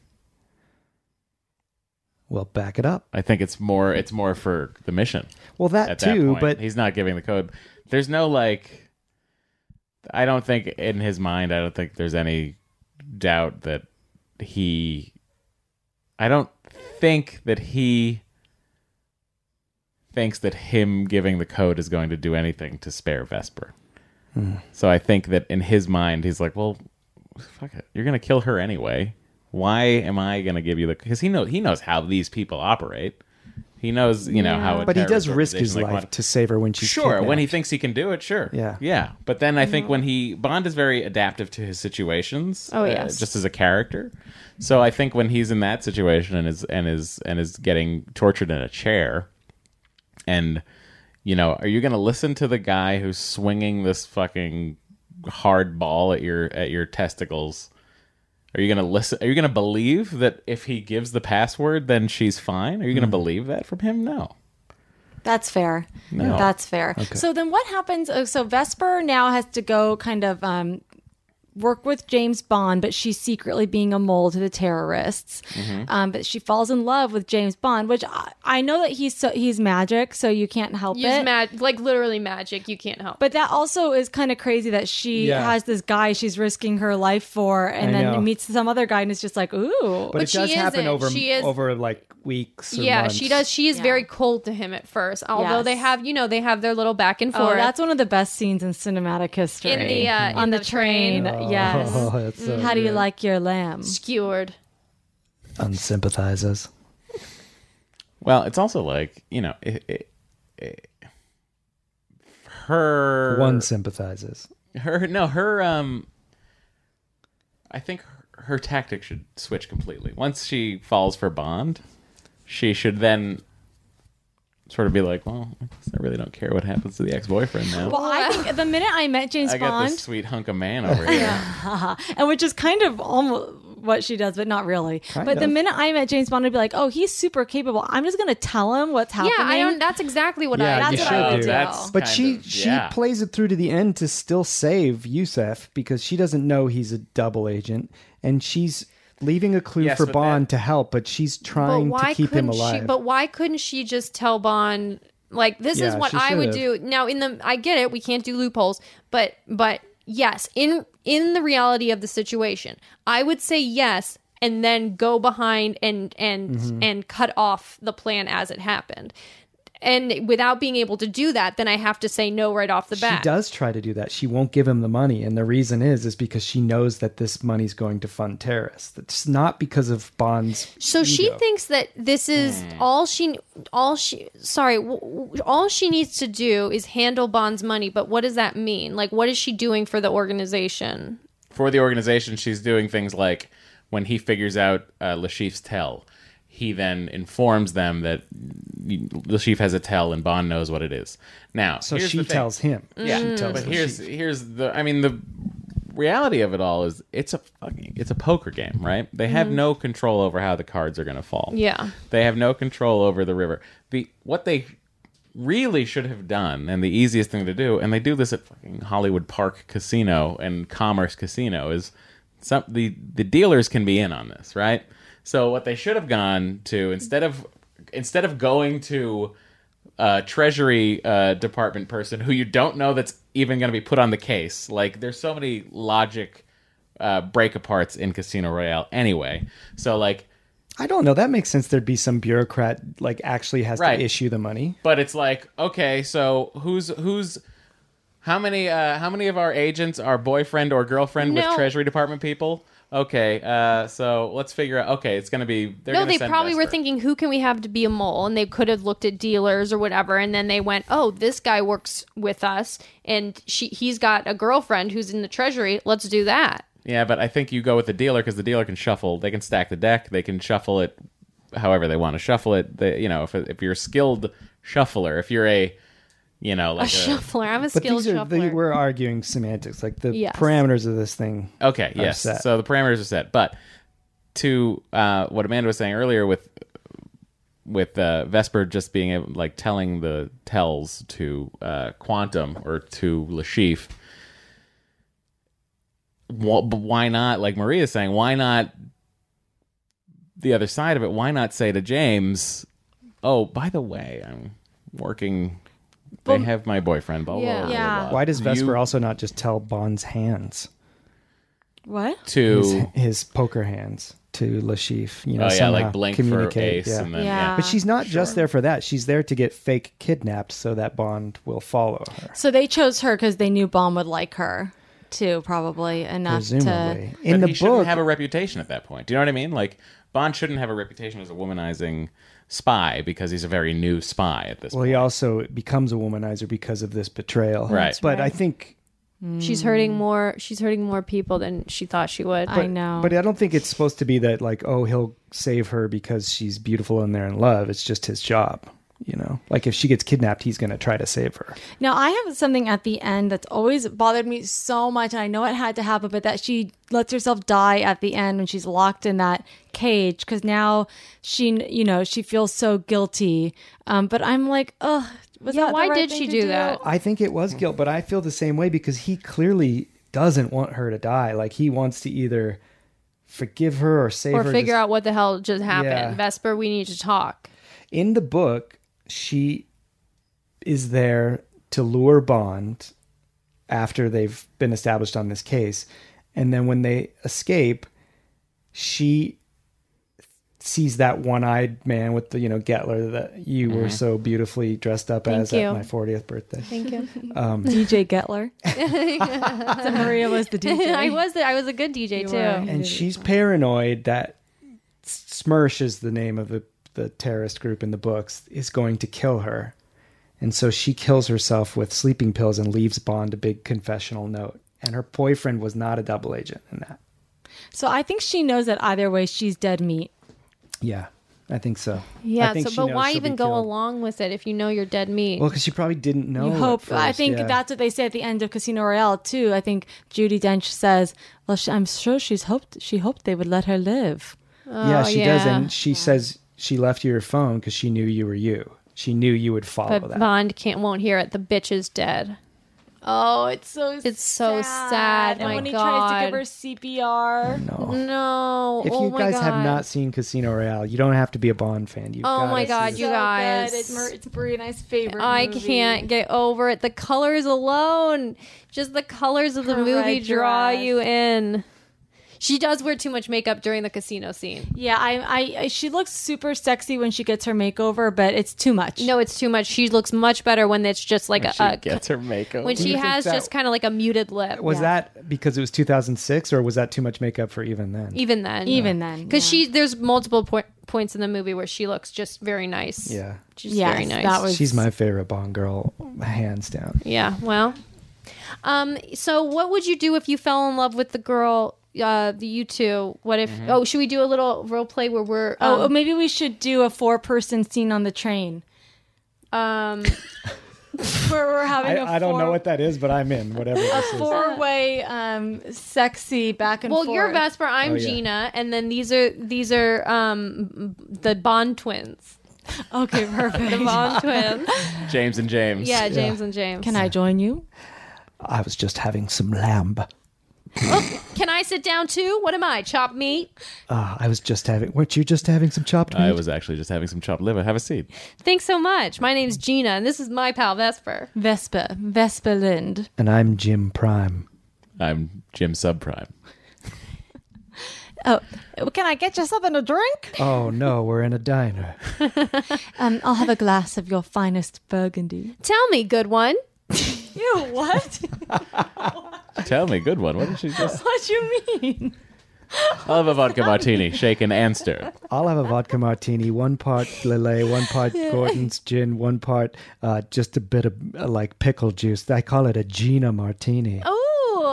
S1: well back it up
S2: I think it's more. It's more for the mission.
S1: well that
S2: at that
S1: too
S2: point.
S1: but
S2: he's not giving the code. There's no like. I don't think in his mind. I don't think there's any doubt that he. I don't think that he thinks that him giving the code is going to do anything to spare Vesper.
S1: Hmm.
S2: So I think that in his mind, he's like, "Well, fuck it. You're gonna kill her anyway. Why am I gonna give you the? Because he knows he knows how these people operate. He knows you know how. a
S1: but he does
S2: terrorist
S1: risk his
S2: organization like
S1: life
S2: one-
S1: to save her when she's
S2: sure when he
S1: kidnapped.
S2: thinks he can do it sure
S1: Yeah.
S2: yeah but then i think when he bond is very adaptive to his situations uh,
S4: Oh, yes.
S2: just as a character so i think when he's in that situation and is and is and is getting tortured in a chair and you know are you going to listen to the guy who's swinging this fucking hard ball at your at your testicles are you going to listen are you going to believe that if he gives the password then she's fine are you going
S1: Mm-hmm.
S2: to believe that from him no
S4: That's fair.
S2: No.
S4: That's fair. So then what happens? oh, So Vesper now has to go kind of um, work with James Bond, but she's secretly being a mole to the terrorists.
S1: Mm-hmm.
S4: Um, but she falls in love with James Bond, which I, I know that he's so, he's magic, so you can't help
S3: Use
S4: it.
S3: mag- like literally magic. You can't help.
S4: But that also is kind of crazy that she
S1: Yeah.
S4: has this guy she's risking her life for, and
S1: I
S4: then
S1: know.
S4: meets some other guy and is just like, ooh.
S1: But, it
S3: she
S1: does happen
S3: isn't.
S1: over
S3: She is-
S1: over like weeks. Or
S3: yeah,
S1: months.
S3: she does. She is very cold to him at first, although they
S4: Yes.
S3: have you know they have their little back and forth.
S4: oh, that's one of the best scenes in cinematic history.
S3: in the uh,
S4: on
S3: in
S4: the, train, yes.
S6: Oh, that's so
S4: How do you like your lamb?
S3: skewered.
S6: unsympathizes.
S2: Well, it's also like you know, it, it, it- her
S6: One sympathizes.
S2: her no her um. I think her, her tactic should switch completely. Once she falls for Bond, she should then sort of be like, "Well, I guess I really don't care what happens to the ex-boyfriend now.
S4: Well, I think the minute I met James
S2: I got
S4: Bond,
S2: this sweet hunk of man over here."
S4: and which is kind of almost what she does, but not really. but the
S1: of.
S4: minute I met James Bond, I'd be like, oh, he's super capable. I'm just going to tell him what's happening.
S3: Yeah, I don't. That's exactly what
S1: Yeah,
S3: I.
S1: you
S3: That's what
S1: should
S3: I would
S1: do.
S3: do.
S2: That's-
S1: But
S2: Kind
S1: she
S2: of,
S1: she
S2: yeah.
S1: plays it through to the end to still save Yusef because she doesn't know he's a double agent, and she's leaving a clue
S2: Yes,
S1: for
S2: but
S1: Bond to help, but she's
S3: but
S1: trying
S3: why
S1: to keep him
S3: couldn't
S1: alive.
S3: she? But why couldn't she just tell Bond? Like this is
S1: Yeah,
S3: what
S1: she
S3: I would do.
S1: should've.
S3: Now in the I get it. We can't do loopholes, but but yes, in in the reality of the situation, I would say yes and then go behind and and
S1: Mm-hmm.
S3: and cut off the plan as it happened. And without being able to do that, then I have to say no right off the
S1: she
S3: bat.
S1: does try to do that. She won't give him the money, and the reason is is because she knows that this money's going to fund terrorists. It's not because of Bond's.
S3: So she
S1: ego.
S3: thinks that this is
S2: Hmm.
S3: all she all she sorry, w- w- all she needs to do is handle Bond's money, but what does that mean? Like what is she doing for the organization?
S2: for the organization, she's doing things like when he figures out uh, Lashif's tell, he then informs them that Lashif has a tell and Bond knows what it is. Now,
S1: So she tells him.
S2: Yeah,
S1: she tells
S2: but
S1: him.
S2: here's here's the. I mean, the reality of it all is it's a fucking it's a poker game, right? They have no control over how the cards are going to fall.
S3: Yeah.
S2: they have no control over the river. The what they really should have done, and the easiest thing to do, and they do this at fucking Hollywood Park Casino and Commerce Casino, is some the the dealers can be in on this, right? So what they should have gone to instead of instead of going to uh, Treasury uh, Department person who you don't know that's even going to be put on the case. Like, there's so many logic uh, break aparts in Casino Royale anyway. So, like,
S1: I don't know. That makes sense. There'd be some bureaucrat like actually has
S2: Right.
S1: to issue the money.
S2: but it's like, okay, so who's who's how many uh, how many of our agents are boyfriend or girlfriend
S3: No.
S2: with Treasury Department people? Okay, uh, so let's figure out. Okay, it's going to be. They're
S3: No,
S2: gonna
S3: they
S2: send
S3: probably were
S2: Vesper.
S3: thinking who can we have to be a mole and they could have looked at dealers or whatever and then they went, "Oh, this guy works with us and she he's got a girlfriend who's in the treasury. Let's do that."
S2: Yeah, but I think you go with the dealer because the dealer can shuffle. They can stack the deck. They can shuffle it however they want to shuffle it. They, you know, if, if you're a skilled shuffler, if you're a, you know, like
S3: A shuffler. I'm a
S1: But
S3: skilled
S1: these are
S3: shuffler.
S1: they, we're arguing semantics. Like the
S3: Yes.
S1: parameters of this thing.
S2: Okay, yes.
S1: set.
S2: So the parameters are set. But to uh, what Amanda was saying earlier with with uh, Vesper just being able, like telling the tells to uh, Quantum or to Lashif, wh- but why not? Like Maria's saying, why not the other side of it? Why not say to James, "Oh, by the way, I'm working." They have my boyfriend. Blah blah
S3: Yeah.
S2: blah. blah,
S4: Yeah.
S2: blah.
S1: Why does Vesper
S2: Uh, You-
S1: also not just tell Bond's hands,
S4: What?
S1: his,
S2: to?
S1: his poker hands to Lashif? You know,
S2: Oh yeah, like
S1: somehow
S2: blink for
S1: communicate,
S2: ace,
S1: yeah.
S2: and then
S4: Yeah.
S2: yeah.
S1: But she's not just there for that. She's there to get fake kidnapped so that Bond will follow her.
S4: So they chose her because they knew Bond would like her too, probably enough
S1: Presumably,
S4: to.
S1: in
S2: uh, but
S1: the
S2: he shouldn't
S1: book,
S2: have a reputation at that point. Do you know what I mean? Like Bond shouldn't have a reputation as a womanizing spy because he's a very new spy at this
S1: well,
S2: point.
S1: he also becomes a womanizer because of this betrayal.
S2: Right.
S1: But I think,
S3: she's hurting more she's hurting more people than she thought she would.
S4: I know.
S1: but I don't think it's supposed to be that like, oh, he'll save her because she's beautiful and they're in love. It's just his job. You know, like if she gets kidnapped, he's going to try to save her.
S4: Now I have something at the end that's always bothered me so much, and I know it had to happen, but that she lets herself die at the end when she's locked in that cage because now she, you know, she feels so guilty. Um, but I'm like, ugh. Was
S3: Yeah,
S4: that the
S3: why
S4: right
S3: did
S4: thing
S3: she
S4: to
S3: do that?
S1: I think it was guilt, but I feel the same way because he clearly doesn't want her to die. Like he wants to either forgive her or save
S3: or
S1: her.
S3: figure
S1: just-
S3: out what the hell just happened.
S1: Yeah.
S3: Vesper, we need to talk.
S1: in the book, she is there to lure Bond after they've been established on this case. And then when they escape, she sees that one-eyed man with the you know Gettler that you were so beautifully dressed up as
S3: you.
S1: at my 40th birthday.
S3: Thank you.
S4: DJ Gettler. so Maria was the DJ.
S3: I was the, I was a good DJ
S4: You
S3: too.
S4: were.
S1: and she's paranoid that Smirsh is the name of the, the terrorist group in the books is going to kill her, and so she kills herself with sleeping pills and leaves Bond a big confessional note. And her boyfriend was not a double agent in that.
S4: So I think she knows that either way, she's dead meat.
S1: Yeah, I think so. I
S3: Yeah,
S1: think
S3: so
S1: she
S3: but
S1: knows
S3: why
S1: she'll be
S3: even go
S1: killed.
S3: along with it if you know you're dead meat?
S1: Well, because she probably didn't know.
S4: You
S1: at
S4: hope. I
S1: first,
S4: think
S1: yeah.
S4: that's what they say at the end of Casino Royale too. I think Judy Dench says, "Well, she, I'm sure she's hoped she hoped they would let her live."
S1: yeah,
S3: Oh,
S1: she does,
S3: yeah.
S1: and she says she left you your phone because she knew you were you. She knew you would follow
S3: but
S1: that.
S3: Bond can't won't hear it. The bitch is dead.
S4: Oh, it's so
S3: It's so sad.
S4: And
S3: My
S4: when he tries to
S3: God.
S4: give her CPR,
S1: no.
S3: No.
S1: If
S3: oh
S1: you
S3: my
S1: guys have
S3: God.
S1: not seen Casino Royale, you don't have to be a Bond fan. You've
S3: Oh
S1: gotta
S3: my
S1: see
S3: God,
S1: this.
S3: you guys.
S4: It's, Mar- it's Marie and I's favorite.
S3: I
S4: movie.
S3: can't get over it. The colors alone, just the colors of the
S4: Her
S3: movie
S4: red
S3: draw
S4: dress.
S3: you in. She does wear too much makeup during the casino scene.
S4: Yeah, I, I, I, she looks super sexy when she gets her makeover, but it's too much.
S3: No, it's too much. She looks much better when it's just like
S2: she
S3: a, a
S2: gets her makeup.
S3: when she
S1: you think
S3: has
S1: that-
S3: just kind of like a muted lip.
S1: Was that because it was 2006, or was that too much makeup for even then?
S3: even then,
S4: even then,
S3: because she there's multiple po- points in the movie where she looks just very nice.
S1: Yeah,
S3: she's
S4: Yes,
S3: very nice.
S4: that was-
S1: she's my favorite Bond girl, hands down.
S3: yeah. Well, um, so what would you do if you fell in love with the girl? Uh, the you two. What if?
S1: Mm-hmm.
S3: Oh, should we do a little role play where we're?
S4: Oh,
S3: um,
S4: maybe we should do a four-person scene on the train.
S3: Um,
S4: Where we're having a
S1: I, I don't know
S4: four-
S1: what that is, but I'm in whatever this is.
S4: four-way um, sexy back and
S3: well,
S4: forth.
S3: you're Vesper, I'm
S1: Oh, yeah.
S3: Gina, and then these are these are um the Bond twins,
S4: Okay,
S3: the
S4: perfect.
S3: Bond twins.
S2: James and James.
S3: Yeah, James and James.
S4: Can I join you?
S1: I was just having some lamb.
S3: Can I sit down too? What am I? Chop meat?
S1: Uh, I was just having. Weren't you just having some chopped meat?
S2: I was actually just having some chopped liver. Have a seat.
S3: Thanks so much. My name's Gina, and this is my pal Vesper.
S4: Vespa, Vespa Lind.
S1: and I'm Jim Prime.
S2: I'm Jim Subprime.
S4: Oh, can I get you something to drink?
S1: Oh no, we're in a diner.
S4: Um, I'll have a glass of your finest burgundy.
S3: Tell me, good one.
S4: You what?
S2: Tell me, good one. What did she just?
S4: what you mean?
S2: I'll have a vodka martini, shaken and stirred.
S1: I'll have a vodka martini, one part Lillet, one part Gordon's gin, one part uh, just a bit of uh, like pickle juice. I call it a Gina martini.
S3: Oh,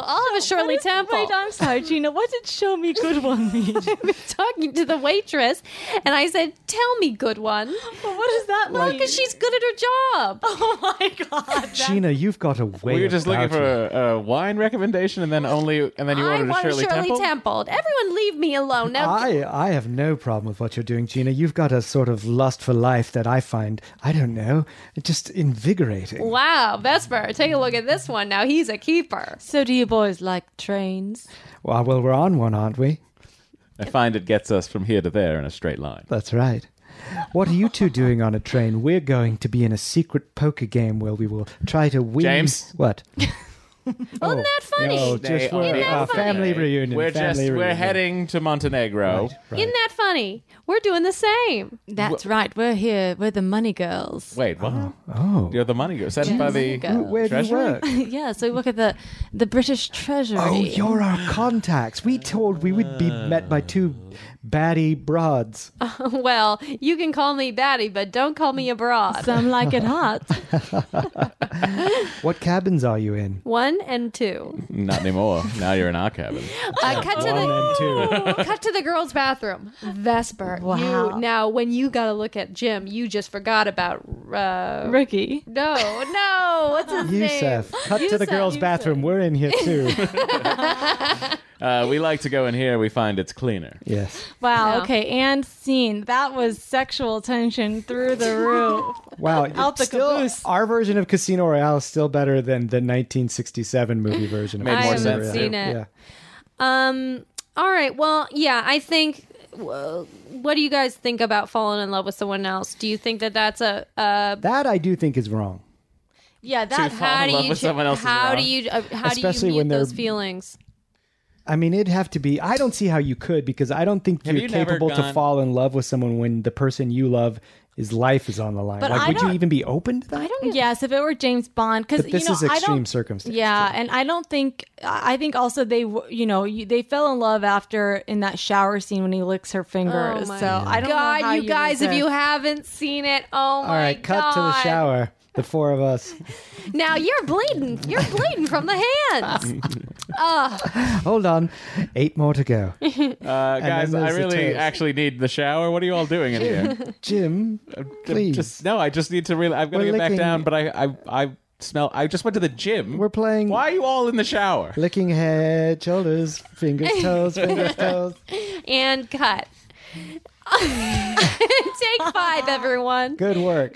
S3: I'll have a Shirley Temple.
S4: Wait, I'm sorry, Gina. What did "show me good one" mean?
S3: I'm talking to the waitress, and I said, "Tell me, good one."
S4: what does that mean?
S3: Because she's good at her job.
S4: Oh my god.
S1: Gina, you've got a way.
S2: We were
S1: of
S2: just looking for
S1: vouching.
S2: a, a wine recommendation, and then only, and then you
S3: I
S2: ordered a
S3: want
S2: Shirley, Temple.
S3: Temple. Everyone, leave me alone now.
S1: I, I have no problem with what you're doing, Gina. You've got a sort of lust for life that I find, I don't know, just invigorating.
S3: Wow, Vesper, take a look at this one now. He's a keeper.
S4: So do you boys like trains?
S1: Well, well, we're on one, aren't we?
S2: I find it gets us from here to there in a straight line.
S1: That's right. What are you two doing on a train? We're going to be in a secret poker game where we will try to win.
S2: James?
S1: What?
S3: Wasn't that funny?
S1: No, just
S2: They
S1: one.
S2: are
S1: Uh,
S3: that funny?
S1: family reunion.
S2: We're
S1: family
S2: just we're
S1: reunion.
S2: heading to Montenegro.
S3: Isn't that funny? We're doing the same.
S4: That's right. We're here. We're the money girls.
S2: Wait, what?
S1: Oh.
S2: You're the money girl sent by the
S4: Money
S1: Where do you
S2: treasury.
S1: work?
S4: yeah. So we work at the the British Treasury.
S1: Oh, you're our contacts. We told we would be met by two batty broads.
S3: well, you can call me Batty, but don't call me abroad.
S4: Some like it hot.
S1: What cabins are you in?
S3: One and two.
S2: Not anymore. now you're in our cabin.
S3: Uh, cut to
S1: One
S3: the
S1: and two.
S3: cut to the girls' bathroom. Vesper,
S4: Wow.
S3: you now when you got to look at Jim, you just forgot about. Uh,
S4: Ricky.
S3: no, no. What's his name?
S1: Yusef, cut to the
S3: Yusef,
S1: girls'
S3: Yusef.
S1: bathroom. We're in here too.
S2: Uh, we like to go in here. We find it's cleaner.
S1: Yes.
S4: Wow.
S3: No.
S4: Okay. And scene. That was sexual tension through the roof.
S1: Wow.
S4: Out the
S1: still,
S4: caboose.
S1: Our version of Casino Royale is still better than the 1967 movie version. of
S2: Made more
S1: Casino
S2: sense,
S1: Royale.
S2: too.
S3: seen it.
S1: Yeah.
S3: Um. All right. Well, yeah. I think. well, What do you guys think about falling in love with someone else? Do you think that that's a? a
S1: That I do think is wrong.
S4: Yeah. That.
S2: fall
S3: how
S2: in
S3: do
S2: love
S3: you?
S2: with
S3: ju-
S2: someone else is
S3: how do
S2: wrong.
S3: you? Uh, how
S1: Especially
S3: do you
S1: when
S3: mute
S1: they're-
S3: those feelings?
S1: I mean, it'd have to be. I don't see how you could because I don't think
S2: Have
S1: you're
S2: you never
S1: capable to
S2: gone-
S1: fall in love with someone when the person you love. His life is on the line.
S4: But
S1: like,
S4: I
S1: would you
S4: don't-
S1: even be open to that? I don't.
S4: Yes. If it were James Bond, because
S1: But this
S4: you know
S1: is
S4: I
S1: extreme
S4: don't.
S1: circumstance.
S4: Yeah, and I don't think I I think also they w- you know you, they fell in love after in that shower scene when he licks her fingers. so I don't
S3: God,
S4: know how
S3: you guys, if
S4: resist.
S3: you haven't seen it, oh my
S1: All right, cut to the
S3: God.
S1: shower. The four of us.
S3: Now you're bleeding. You're bleeding from the hands.
S1: Hold on, eight more to go.
S2: Uh, guys,
S1: then
S2: I
S1: there's the
S2: really
S1: toast.
S2: actually need the shower. What are you all doing in here?
S1: Jim, please.
S2: Uh, Just no. I just need to really. I've got to
S1: We're
S2: get back
S1: licking-
S2: down. But I, I, I smell. I just went to the gym.
S1: We're playing-
S2: Why are you all in the shower?
S1: Licking head, shoulders, fingers, toes, fingers, toes.
S3: and cut. Take five, everyone.
S1: Good work.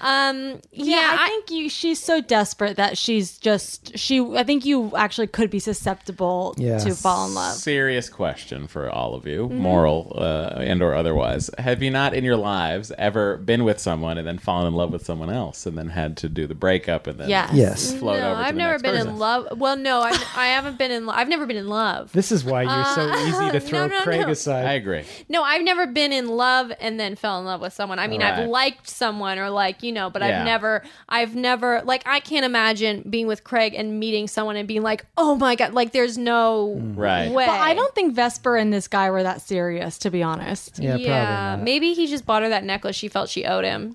S3: Um,
S4: Yeah,
S3: yeah,
S4: I,
S3: I-
S4: think you. She's so desperate that she's just she. I think you actually could be susceptible
S1: Yeah.
S4: to fall in love.
S2: Serious question for all of you, moral uh, and or otherwise. Have you not in your lives ever been with someone and then fallen in love with someone else and then had to do the breakup and then
S4: Yes.
S1: Yes.
S2: float
S3: no,
S2: over to
S3: I've
S2: the
S3: never
S2: next
S3: been
S2: person?
S3: in love. Well, no, I'm, I haven't been in. Lo- I've never been in love.
S1: This is why you're so easy to throw
S3: no, no,
S1: Craig
S3: no.
S1: aside.
S2: I agree.
S3: No, I've never been in love and then fell in love with someone. I mean,
S2: Right.
S3: I've liked someone or like, you know, but
S2: Yeah.
S3: I've never I've never like I can't imagine being with Craig and meeting someone and being like, "Oh my god, like there's no
S1: Mm,
S2: Right.
S3: way."
S4: But I don't think Vesper and this guy were that serious, to be honest.
S1: yeah,
S3: yeah,
S1: probably. Not.
S3: maybe he just bought her that necklace she felt she owed him.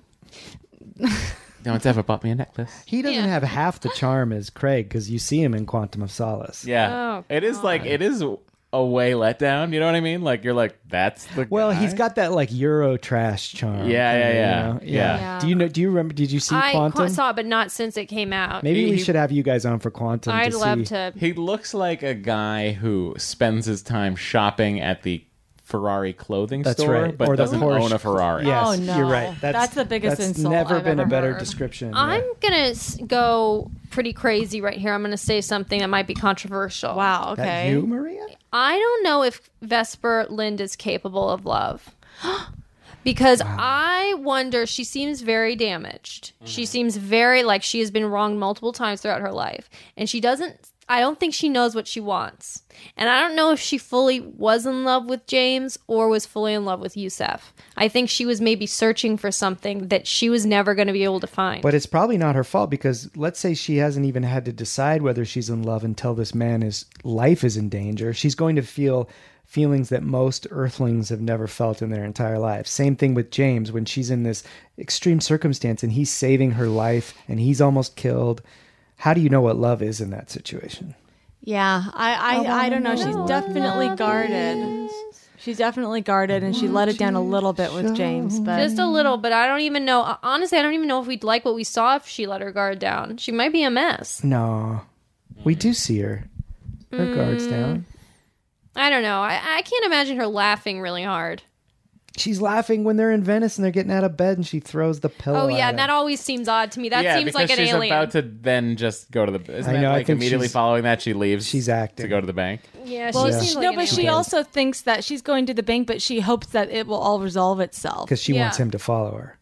S2: No one's ever bought me a necklace.
S1: He doesn't
S3: Yeah.
S1: have half the charm as Craig because you see him in Quantum of Solace.
S2: Yeah.
S3: Oh,
S2: it is like it is a way let down, you know what I mean? Like you're like, that's the
S1: Well,
S2: guy?
S1: he's got that like Euro trash charm.
S2: Yeah, yeah,
S1: kinda,
S2: yeah.
S1: you know?
S2: Yeah.
S1: Do you know? Do you remember? Did you see
S3: I
S1: Quantum?
S3: qu- saw it but not since it came out.
S1: Maybe we
S2: He-
S1: should have you guys on for Quantum.
S3: I'd
S1: to
S3: love
S1: see.
S3: to
S2: He looks like a guy who spends his time shopping at the Ferrari clothing
S1: That's
S2: store,
S1: right.
S2: but
S1: Or the
S2: doesn't
S1: Porsche.
S2: own a Ferrari.
S1: Yes,
S4: Oh, no.
S1: you're right. That's,
S4: That's the biggest
S1: that's
S4: insult
S1: Never
S4: I've
S1: been a
S4: ever
S1: better
S4: heard.
S1: description. yeah.
S3: I'm going to s- go pretty crazy right here. I'm going to say something that might be controversial.
S4: Wow.
S1: That
S4: Okay.
S1: you, Maria?
S3: I don't know if Vesper Lind is capable of love. Because I wonder, she seems very damaged. She seems very like she has been wronged multiple times throughout her life. And she doesn't, I don't think she knows what she wants. And I don't know if she fully was in love with James or was fully in love with Yusef. I think she was maybe searching for something that she was never going to be able to find.
S1: But it's probably not her fault because let's say she hasn't even had to decide whether she's in love until this man is life is in danger. She's going to feel feelings that most earthlings have never felt in their entire lives. Same thing with James when she's in this extreme circumstance and he's saving her life and he's almost killed. How do you know what love is in that situation?
S4: Yeah. I. I, I don't know. She's definitely guarded. She's definitely guarded, and she let it down a little bit with James. But
S3: Just a little, but I don't even know. Honestly, I don't even know if we'd like what we saw if she let her guard down. She might be a mess.
S1: No. We do see her. Her
S3: Mm.
S1: guard's down.
S3: I don't know. I, I can't imagine her laughing really hard.
S1: She's laughing when they're in Venice and they're getting out of bed and she throws the pillow.
S3: Oh, yeah,
S1: at him.
S3: that always seems odd to me. That
S2: yeah,
S3: seems
S2: because
S3: like an
S2: she's
S3: alien.
S2: about to then just go to the. Isn't
S1: I know,
S2: that
S1: I
S2: like
S1: think
S2: immediately
S1: she's-
S2: following that she leaves?
S1: she's acting.
S2: to go to the bank.
S3: yeah, she
S4: Well,
S3: seems
S4: she-
S3: like
S4: no,
S3: an
S4: but she
S3: alien.
S4: also thinks that she's going to the bank, but she hopes that it will all resolve itself.
S1: because she wants
S3: Yeah.
S1: him to follow her.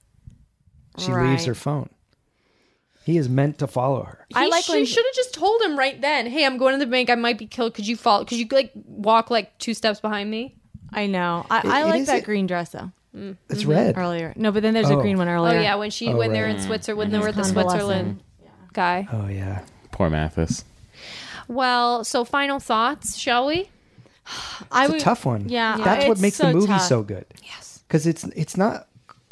S1: She
S4: Right.
S1: leaves her phone. He is meant to follow her.
S4: I
S3: I like
S4: like
S3: she
S4: when-
S3: should have just told him right then. Hey, I'm going to the bank. I might be killed. Could you follow? Could you like walk like two steps behind me?
S4: I know. I,
S1: It-
S4: I
S1: it
S4: like
S1: is
S4: that
S1: a-
S4: green dress though. Mm-hmm.
S1: It's red.
S4: Earlier, no, but then there's
S1: Oh.
S4: a green one earlier.
S3: Oh yeah, when she when they're in Switzerland, when they were at the
S4: Convalescent.
S3: Switzerland guy.
S1: Oh yeah.
S2: Poor Mathis.
S3: Well, so final thoughts, shall we?
S4: I
S1: It's a
S4: would-
S1: tough one.
S4: Yeah,
S1: That's what
S4: it's
S1: makes the movie
S4: tough.
S1: so good. Yes. Because it's it's not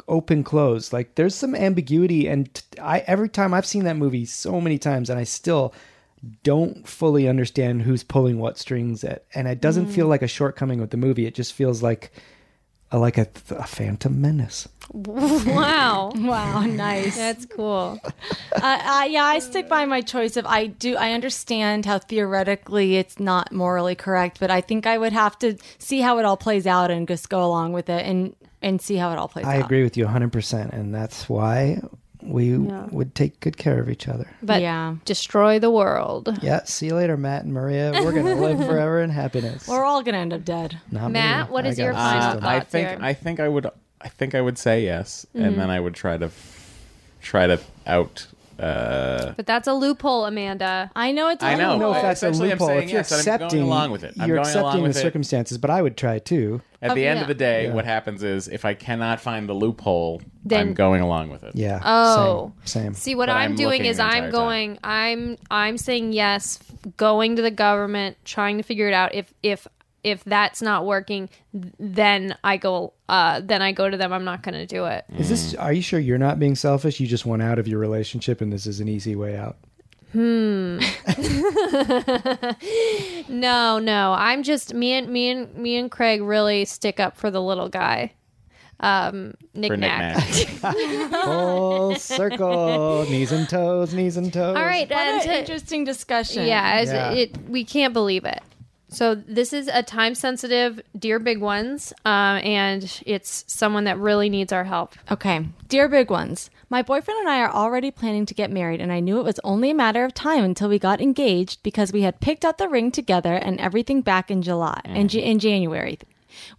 S1: open close. Like there's some ambiguity, and t- I every time I've seen that movie so many times, and I still don't fully understand who's pulling what strings at, and it
S4: Mm.
S1: doesn't feel like a shortcoming with the movie. It just feels like. A, like a, th- a phantom menace.
S3: Wow.
S4: Wow, nice.
S3: That's cool.
S4: uh, uh, yeah, I stick by my choice of I do. I understand how theoretically it's not morally correct, but I think I would have to see how it all plays out and just go along with it and and see how it all plays
S1: I
S4: out.
S1: agree with you 100%. And that's why we would take good care of each other.
S3: But
S4: Yeah.
S3: destroy the world.
S1: Yeah. See you later, Matt and Maria. We're going to live forever in happiness.
S4: We're all gonna end up dead.
S1: Not
S3: Matt,
S1: me.
S3: what
S1: I
S3: is
S1: got
S3: your
S1: a
S3: final
S1: system.
S3: thought?
S2: Uh, I
S3: thoughts
S2: think
S3: here.
S2: I think I would I think I would say yes,
S3: Mm-hmm.
S2: and then I would try to try to out. Uh,
S3: But that's a loophole, Amanda.
S4: I know it's.
S2: I know.
S1: I don't know if
S2: I-
S1: that's a
S2: essentially I'm
S1: loophole.
S2: saying
S1: If you're
S2: yes, I'm going
S1: accepting,
S2: along with it. I'm
S1: you're
S2: going
S1: accepting
S2: along with
S1: the
S2: it.
S1: circumstances, but I would try too.
S2: at the end
S4: yeah.
S2: of the day, what happens is if I cannot find the loophole,
S3: Then-
S2: I'm going along with it.
S1: Yeah.
S3: Oh.
S1: Same. same.
S3: See what
S2: But
S3: I'm,
S2: I'm
S3: doing
S2: looking
S3: is
S2: the
S3: I'm
S2: entire time.
S3: going I'm I'm saying yes, going to the government, trying to figure it out. If if if that's not working, th- then I go uh then I go to them. I'm not going to do it.
S1: Is this? Are you sure you're not being selfish? You just want out of your relationship, and this is an easy way out.
S3: No, no. I'm just me and me and me and Craig really stick up for the little guy. Um
S2: For
S3: knick knack.
S2: knickknacks.
S1: Full circle, knees and toes, knees and toes.
S3: All right,
S4: What
S3: and
S4: an
S3: to-
S4: interesting discussion.
S3: Yeah, as
S1: Yeah.
S3: It, we can't believe it. So this is a time sensitive Dear Big Ones, um, and it's someone that really needs our help.
S4: Okay. Dear big ones, my boyfriend and I are already planning to get married, and I knew it was only a matter of time until we got engaged because we had picked out the ring together and everything back in July in, J- in January.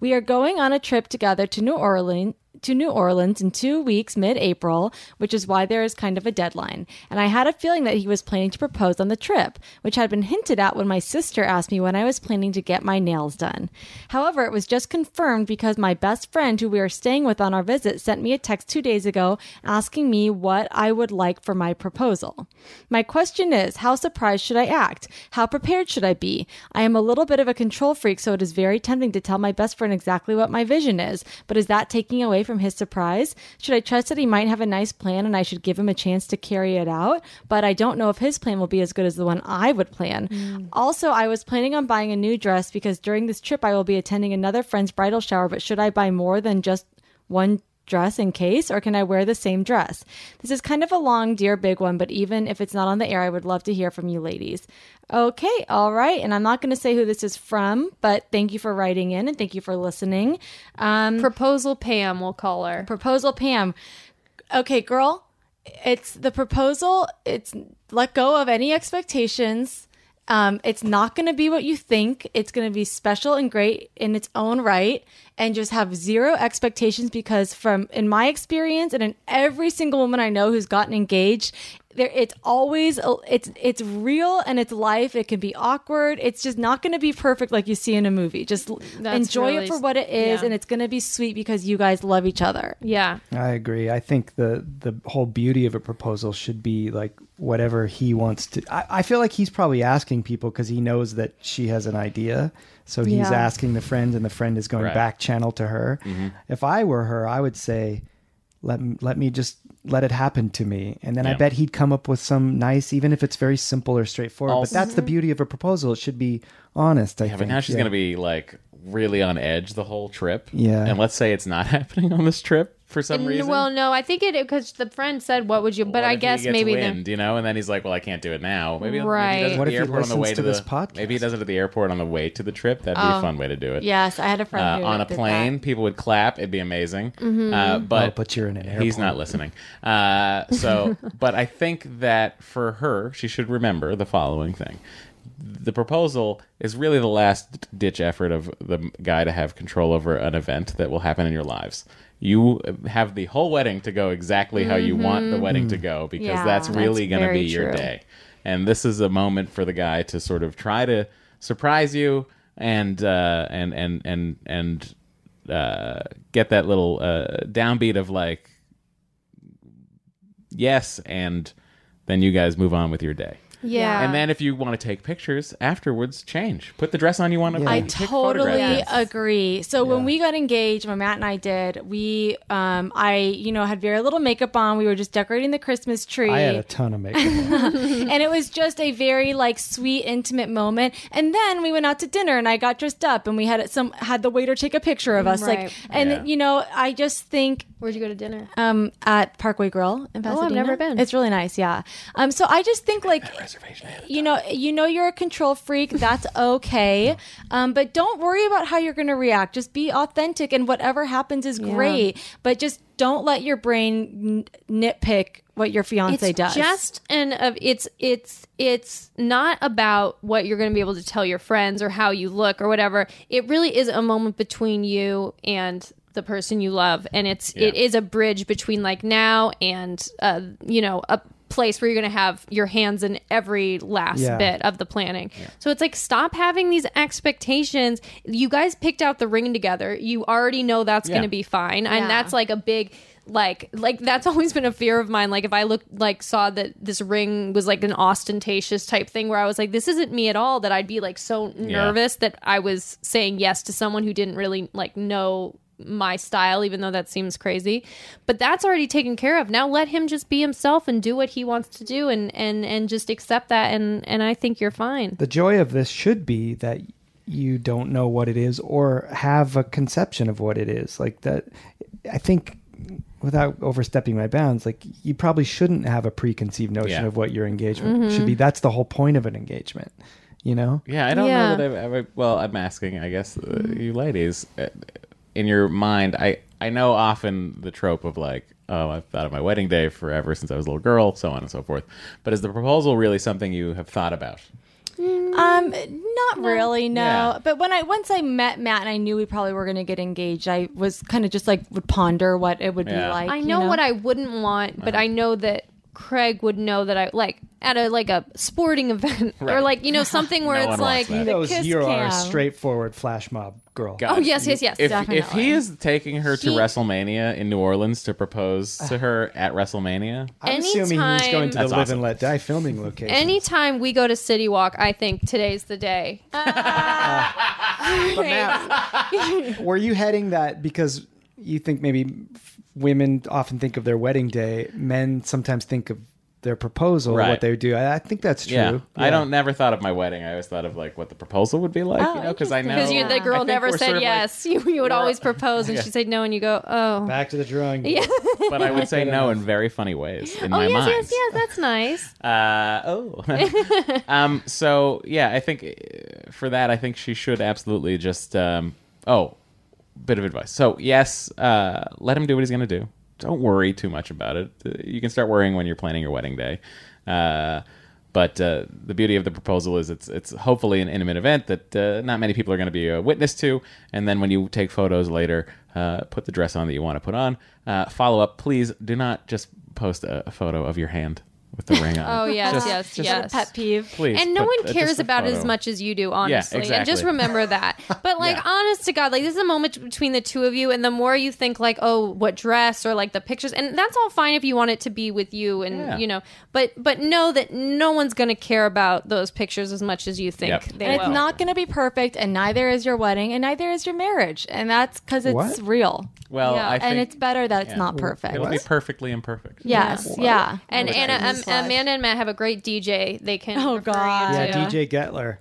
S4: We are going on a trip together to New Orleans to New Orleans in 2 weeks mid-April, which is why there is kind of a deadline. And I had a feeling that he was planning to propose on the trip, which had been hinted at when my sister asked me when I was planning to get my nails done. However, it was just confirmed because my best friend, who we are staying with on our visit, sent me a text two days ago asking me what I would like for my proposal. My question is how surprised should I act? How prepared should I be? I am a little bit of a control freak, so it is very tempting to tell my best friend exactly what my vision is, but is that taking away from his surprise? Should I trust that he might have a nice plan and I should give him a chance to carry it out? But I don't know if his plan will be as good as the one I would plan. Also, I was planning on buying a new dress because during this trip I will be attending another friend's bridal shower, but should I buy more than just one dress in case, or can I wear the same dress? This is kind of a long, dear big one, but even if it's not on the air, I would love to hear from you ladies. Okay, all right. And I'm not going to say who this is from, but thank you for writing in and thank you for listening. Um,
S3: Proposal Pam, we'll call her.
S4: proposal, Pam. Okay, girl, it's the proposal. It's let go of any expectations. Um, it's not going to be what you think. It's going to be special and great in its own right, and just have zero expectations because, from in my experience, and in every single woman I know who's gotten engaged, there it's always uh, it's it's real and it's life. It can be awkward. It's just not going to be perfect like you see in a movie. Just l-
S3: That's
S4: enjoy
S3: really
S4: it for
S3: s-
S4: what it is,
S3: yeah.
S4: and it's going to be sweet because you guys love each other.
S3: Yeah,
S1: I agree. I think the the whole beauty of a proposal should be like whatever he wants to. I, I feel like he's probably asking people because he knows that she has an idea, so he's
S4: Yeah.
S1: asking the friend, and the friend is going
S2: Right. Mm-hmm.
S1: back channel to her. If I were her, I would say, "Let m- let me just let it happen to me," and then I
S2: Yeah.
S1: bet he'd come up with some nice, even if it's very simple or straightforward.
S2: Also-
S1: but that's the beauty of a proposal; it should be honest. I
S2: Yeah,
S1: think
S2: but now she's
S1: Yeah.
S2: gonna be like really on edge the whole trip.
S1: Yeah.
S2: And let's say it's not happening on this trip for some
S3: And-
S2: reason.
S3: well, no, I think it because the friend said, "What would you?"
S2: What
S3: But I
S2: if he
S3: guess
S2: gets
S3: maybe then
S2: wind, you know, and then he's like, "Well, I can't do it now." Maybe, maybe
S3: Right.
S2: he does it
S1: What
S2: at the
S1: if he
S2: airport on the
S1: listens
S2: way
S1: to
S2: to the
S1: this podcast?
S2: Maybe he does it at the airport on the way to the trip. That'd be
S3: Um,
S2: a fun way to do it.
S4: Yes, I had a friend
S2: Uh,
S4: who
S2: on a
S4: did
S2: plane, people would clap. It'd be amazing. Uh,
S3: Mm-hmm.
S2: but
S1: Oh, but you're in an
S2: He's not listening. Uh, so, but I think that for her, she should remember the following thing: the proposal is really the last ditch effort of the guy to have control over an event that will happen in your lives. You uh, have the whole wedding to go exactly how you want the wedding to go because
S4: Yeah,
S2: that's
S4: that's
S2: really going to
S3: very
S2: be your
S3: true.
S2: day. And this is a moment for the guy to sort of try to surprise you and uh, and and and and uh, get that little uh, downbeat of like yes, and then you guys move on with your day.
S3: Yeah.
S2: And then if you want to take pictures afterwards, change. Put the dress on you want to.
S6: Yeah.
S2: put
S6: I
S2: and take
S4: totally
S2: photographs.
S4: agree. So when we got engaged, when Matt and I did, we, um, I, you know, had very little makeup on. We were just decorating the Christmas tree,
S6: I had a ton of makeup.
S4: and it was just a very like sweet, intimate moment. And then we went out to dinner, and I got dressed up, and we had some had the waiter take a picture of us,
S3: Right.
S4: like, and
S2: Yeah.
S4: you know, I just think
S3: Where'd you go to dinner?
S4: um, at Parkway Grill in Pasadena.
S3: Oh, never been.
S4: It's really nice, yeah. Um, so I just think like
S2: Reservation ahead.
S4: you know, you know you're a control freak. That's okay, um, but don't worry about how you're going to react. Just be authentic, and whatever happens is great. But just don't let your brain n- nitpick what your fiance
S3: it's
S4: does.
S3: just and of it's it's it's not about what you're going to be able to tell your friends or how you look or whatever it really is a moment between you and the person you love and it's it
S2: Yeah.
S3: is a bridge between like now and uh you know a place where you're going to have your hands in every last
S6: Yeah.
S3: bit of the planning. So it's like stop having these expectations. You guys picked out the ring together. You already know that's
S2: Yeah.
S3: going to be fine.
S4: Yeah.
S3: And that's like a big like like that's always been a fear of mine like if i looked like saw that this ring was like an ostentatious type thing where i was like this isn't me at all that i'd be like so nervous that i was saying yes to someone who didn't really like know my style even though that seems crazy but that's already taken care of now let him just be himself and do what he wants to do and and and just accept that and and i think you're fine
S6: the joy of this should be that you don't know what it is or have a conception of what it is. Like that, I think without overstepping my bounds, like you probably shouldn't have a preconceived notion
S2: Yeah.
S6: of what your engagement should be. That's the whole point of an engagement, you know?
S2: Yeah, I don't
S3: Yeah.
S2: know that I've ever. Well, I'm asking, I guess, uh, you ladies, uh, in your mind, I I know often the trope of like, oh, I've thought of my wedding day forever since I was a little girl, so on and so forth. But is the proposal really something you have thought about?
S4: Um, not really, no.
S2: Yeah.
S4: But when I once I met Matt and I knew we probably were going to get engaged, I was kind of just like would ponder what it would
S2: Yeah.
S4: be like.
S3: I
S4: you
S3: know, what I wouldn't want, but
S2: Uh-huh.
S3: I know that Craig would know that I like at a like a sporting event or
S2: Right.
S3: like you know something where
S2: No one wants
S3: it's like
S2: that.
S6: He knows
S4: kiss
S6: you are a
S4: cam.
S6: straightforward flash mob girl.
S2: God,
S3: Oh, yes, yes, yes,
S2: If, if
S4: definitely.
S2: he is taking her to
S3: He-
S2: WrestleMania in New Orleans to propose to her at WrestleMania,
S6: I'm assuming he's going to the
S2: That's
S6: Live
S2: awesome.
S6: and Let Die filming location.
S3: anytime we go to City Walk, I think today's the day.
S6: But Matt, were you heading that because you think maybe f- women often think of their wedding day, men sometimes think of their proposal,
S2: Right.
S6: what they would do. I, I think that's true.
S2: yeah, I
S6: Yeah.
S2: don't never thought of my wedding. I always thought of like what the proposal would be like,
S4: Oh,
S2: you know, because I know
S4: interesting.
S3: Because you,
S4: Yeah.
S3: the
S2: I
S3: girl
S2: think
S3: never
S2: we're sort
S3: said
S2: of, like,
S3: yes. you, you would always propose, and she said no, and you go, "Oh,
S6: Back to the drawing board.
S2: but I would say no in very funny ways in
S3: oh
S2: my
S3: yes,
S2: mind.
S3: yes, yes, that's nice."
S2: Uh, oh. um, so yeah, I think uh, for that, I think she should absolutely just. Um, oh, bit of advice. So yes, uh, let him do what he's gonna do. Don't worry too much about it. Uh, You can start worrying when you're planning your wedding day. Uh, but uh, the beauty of the proposal is it's it's hopefully an intimate event that uh, not many people are going to be a witness to. And then when you take photos later, uh, put the dress on that you want to put on. Uh, follow up, please. Do not just post a, a photo of your hand with the ring on.
S3: Oh
S2: it.
S3: yes,
S2: Just-
S3: yes,
S2: just
S3: yes.
S4: pet peeve.
S2: please.
S3: and no
S2: put,
S3: one
S2: uh, just
S3: cares
S2: a
S3: about it as
S2: photo.
S3: much as you do, honestly. And just
S2: exactly.
S3: remember that. But like,
S2: Yeah.
S3: honest to God, like this is a moment between the two of you, and the more you think like, oh, what dress or like the pictures, and that's all fine if you want it to be with you, and
S2: Yeah.
S3: you know, but but know that no one's gonna care about those pictures as much as you think
S2: Yep.
S3: they
S4: and it's
S3: will.
S4: not going to be perfect, and neither is your wedding, and neither is your marriage, and that's because it's
S6: What?
S4: real.
S2: Well,
S3: Yeah,
S2: I
S3: and
S2: think
S4: and it's better that it's not perfect.
S2: It'll be perfectly imperfect.
S4: Yes, yeah.
S3: and Anna, um, Amanda and Matt have a great DJ. They can.
S4: Oh,
S3: refer you
S4: God.
S3: to.
S6: Yeah, DJ Getler.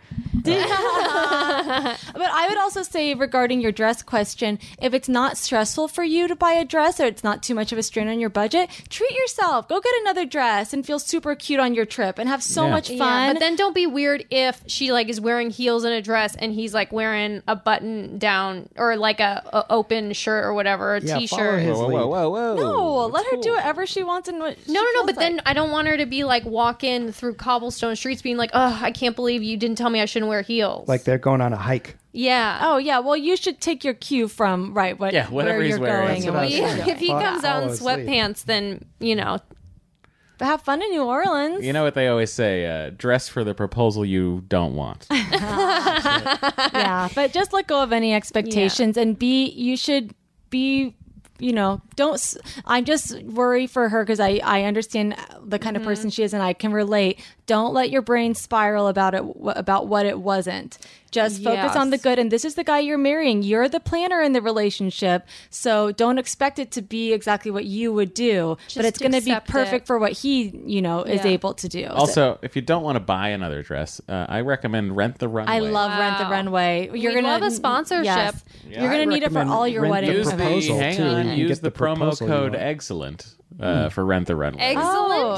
S4: But I would also say regarding your dress question, if it's not stressful for you to buy a dress or it's not too much of a strain on your budget, treat yourself. Go get another dress and feel super cute on your trip and have so
S2: Yeah.
S4: much fun.
S3: Yeah, but then don't be weird if she like is wearing heels and a dress and he's like wearing a button down or like a, a open shirt or whatever, a
S6: Yeah, follow
S3: shirt
S6: his
S2: Whoa,
S6: lead.
S2: whoa, whoa, whoa.
S4: no, let her do whatever she wants and what
S3: No, no, no. But then I don't want her to be like walk in through cobblestone streets being like, "Oh, I can't believe you didn't tell me I shouldn't wear heels."
S6: Like they're going on a hike.
S3: yeah.
S4: Oh yeah, well you should take your cue from right what
S2: Yeah, whatever
S4: where
S2: he's
S4: you're
S2: wearing.
S4: going
S2: That's
S4: and
S6: what I
S4: what
S6: was
S4: you're
S3: yeah.
S6: thinking.
S4: doing.
S3: If he
S6: Fuck,
S3: comes out in
S6: I'll sleep.
S3: sweatpants, then you know.
S4: Oh. But have fun in New Orleans.
S2: You know what they always say: uh, dress for the proposal you don't want.
S4: yeah, but just let go of any expectations and be. You should be. You know, don't. s- I just worry for her because I I understand the kind of
S3: Mm-hmm.
S4: person she is, and I can relate. Don't let your brain spiral about it wh- about what it wasn't. Just focus
S3: Yes.
S4: on the good. And this is the guy you're marrying. You're the planner in the relationship, so don't expect it to be exactly what you would do. but
S3: Just
S4: it's going to be
S3: accept it.
S4: perfect for what he, you know, is
S3: Yeah.
S4: able to do.
S2: Also, if you don't want to buy another dress, uh, I recommend Rent the Runway.
S4: I love Rent the
S3: Wow.
S4: Runway. You're
S3: We
S4: gonna
S3: love a sponsorship.
S4: Yes.
S2: Yeah.
S4: You're
S2: I
S4: gonna need it for
S6: recommend
S4: all your
S6: Rent the
S4: wedding.
S2: use the,
S6: proposal,
S2: hang
S6: too.
S2: on,
S6: You can
S2: use
S6: get
S2: the,
S6: the
S2: promo
S6: proposal you
S2: code
S6: want. Hmm.
S2: excellent uh, for Rent the Runway.
S3: Excellent.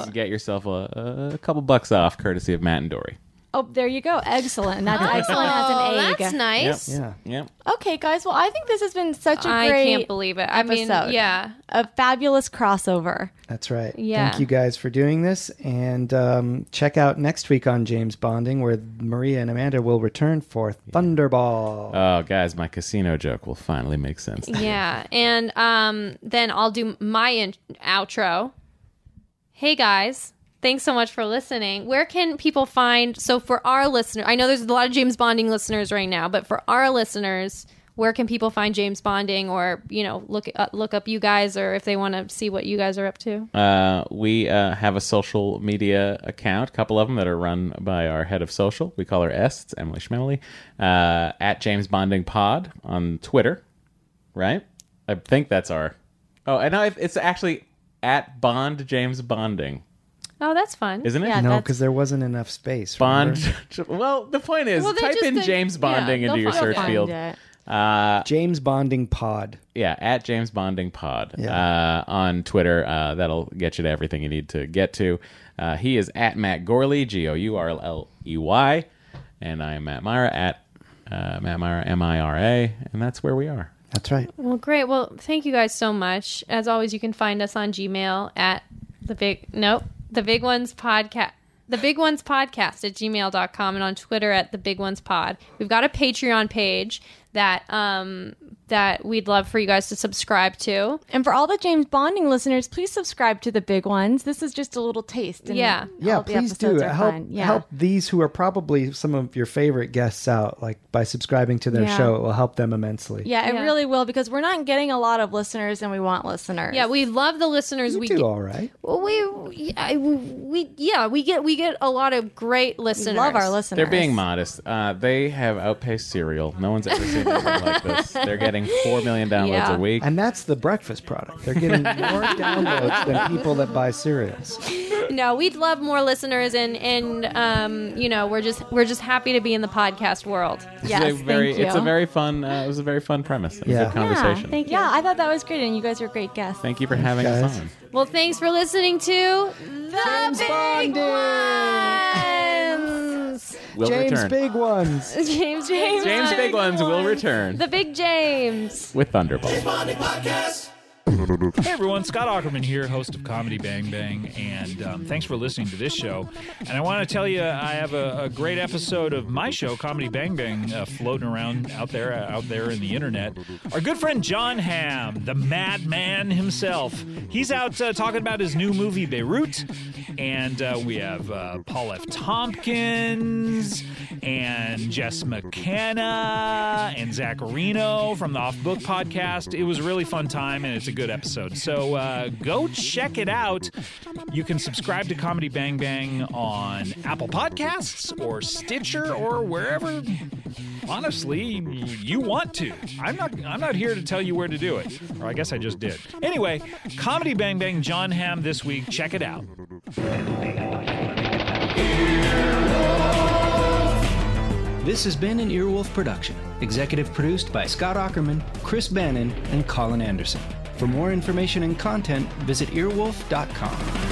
S4: Oh.
S2: Get yourself a, a couple bucks off, courtesy of Matt and Dory.
S4: Oh, there you go. Excellent. And That's excellent
S3: Oh,
S4: as an egg.
S3: that's nice.
S2: Yep. Yep.
S4: Okay, guys. Well, I think this has been such a
S3: I
S4: great
S3: can't believe it. I mean,
S4: episode.
S3: yeah.
S4: a fabulous crossover.
S6: That's right.
S3: Yeah.
S6: Thank you guys for doing this. And um, check out next week on James Bonding, where Maria and Amanda will return for Thunderball.
S2: Oh, guys, my casino joke will finally make sense.
S3: Yeah. And um, then I'll do my in- outro. Hey, guys. Thanks so much for listening. Where can people find? So, for our listeners, I know there's a lot of James Bonding listeners right now, but for our listeners, where can people find James Bonding or, you know, look, uh, look up you guys or if they want to see what you guys are up to?
S2: Uh, we uh, have a social media account, a couple of them that are run by our head of social. We call her S. It's Emily Schmemily. Uh, at James Bonding Pod on Twitter, right? I think that's our. Oh, and I, it's actually at Bond James Bonding,
S3: Oh, that's fun.
S2: isn't it?
S4: Yeah,
S6: No,
S4: that's-
S6: because there wasn't enough space. remember?
S2: Bond. well, the point is,
S3: Well, they
S2: type
S3: just
S2: in
S3: think-
S2: James
S3: yeah,
S2: Bonding
S3: they'll
S2: into your
S3: find
S2: search
S3: it.
S2: field.
S4: Find it.
S2: Uh,
S6: James Bonding Pod.
S2: yeah, at James Bonding Pod
S6: Yeah.
S2: uh, on Twitter. Uh, that'll get you to everything you need to get to. Uh, he is at Matt Gorley, G O U R L L E Y, and I am Matt Myra at uh, Matt Myra M I R A, and that's where we are.
S6: That's right.
S3: Well, great. Well, thank you guys so much. As always, you can find us on Gmail at the big nope, the big ones podcast. The Big Ones Podcast at gmail.com and on Twitter at The Big Ones Pod. We've got a Patreon page that um, that we'd love for you guys to subscribe to.
S4: And for all the James Bonding listeners, please subscribe to the big ones. This is just a little taste. and
S3: Yeah.
S6: Yeah,
S4: all the
S6: please do
S4: episodes are
S6: help
S4: fun. Yeah.
S6: help these who are probably some of your favorite guests out. Like by subscribing to their
S4: Yeah.
S6: show, it will help them immensely.
S4: Yeah, it
S3: Yeah.
S4: really will because we're not getting a lot of listeners, and we want listeners.
S3: Yeah, we love the listeners
S6: you
S3: we
S6: do
S3: get.
S6: all right.
S3: Well, we, yeah, we, we yeah, we get we get a lot of great listeners.
S4: love our listeners.
S2: They're being modest. Uh, they have outpaced Serial. No one's ever seen anything like this. They're getting 4 million downloads
S3: Yeah.
S2: a week.
S6: And that's the breakfast product. They're getting more downloads than people that buy cereals.
S3: No, we'd love more listeners, and and um, you know, we're just we're just happy to be in the podcast world.
S2: This is
S4: Yes,
S2: a
S4: thank
S2: very, It's a
S4: you.
S2: very fun. Uh, it was a very fun premise. It was
S6: Yeah.
S2: a good conversation.
S3: thank you.
S4: Yeah, I thought that was great, and you guys were great guests.
S2: Thank you for having
S6: guys.
S2: us on.
S3: Well, thanks for listening to the Big Ones.
S2: We'll
S6: James
S2: return.
S6: Big Ones.
S3: James, James,
S2: James Big Ones will return
S3: The Big James.
S2: with Thunderbolt.
S7: Hey everyone, Scott Ackerman here, host of Comedy Bang Bang, and um, thanks for listening to this show. And I want to tell you, I have a, a great episode of my show, Comedy Bang Bang, uh, floating around out there, uh, out there in the internet. Our good friend John Hamm, the madman himself, he's out uh, talking about his new movie Beirut, and uh, we have uh, Paul F. Tompkins and Jess McKenna and Zach Reno from the Off Book podcast. It was a really fun time and it's a good episode. So uh, go check it out. You can subscribe to Comedy Bang Bang on Apple Podcasts or Stitcher or wherever. Honestly, you want to. I'm not. I'm not here to tell you where to do it. Or I guess I just did. Anyway, Comedy Bang Bang, John Hamm this week. Check it out.
S8: This has been an Earwolf production, executive produced by Scott Ackerman, Chris Bannon, and Colin Anderson. For more information and content, visit earwolf.com.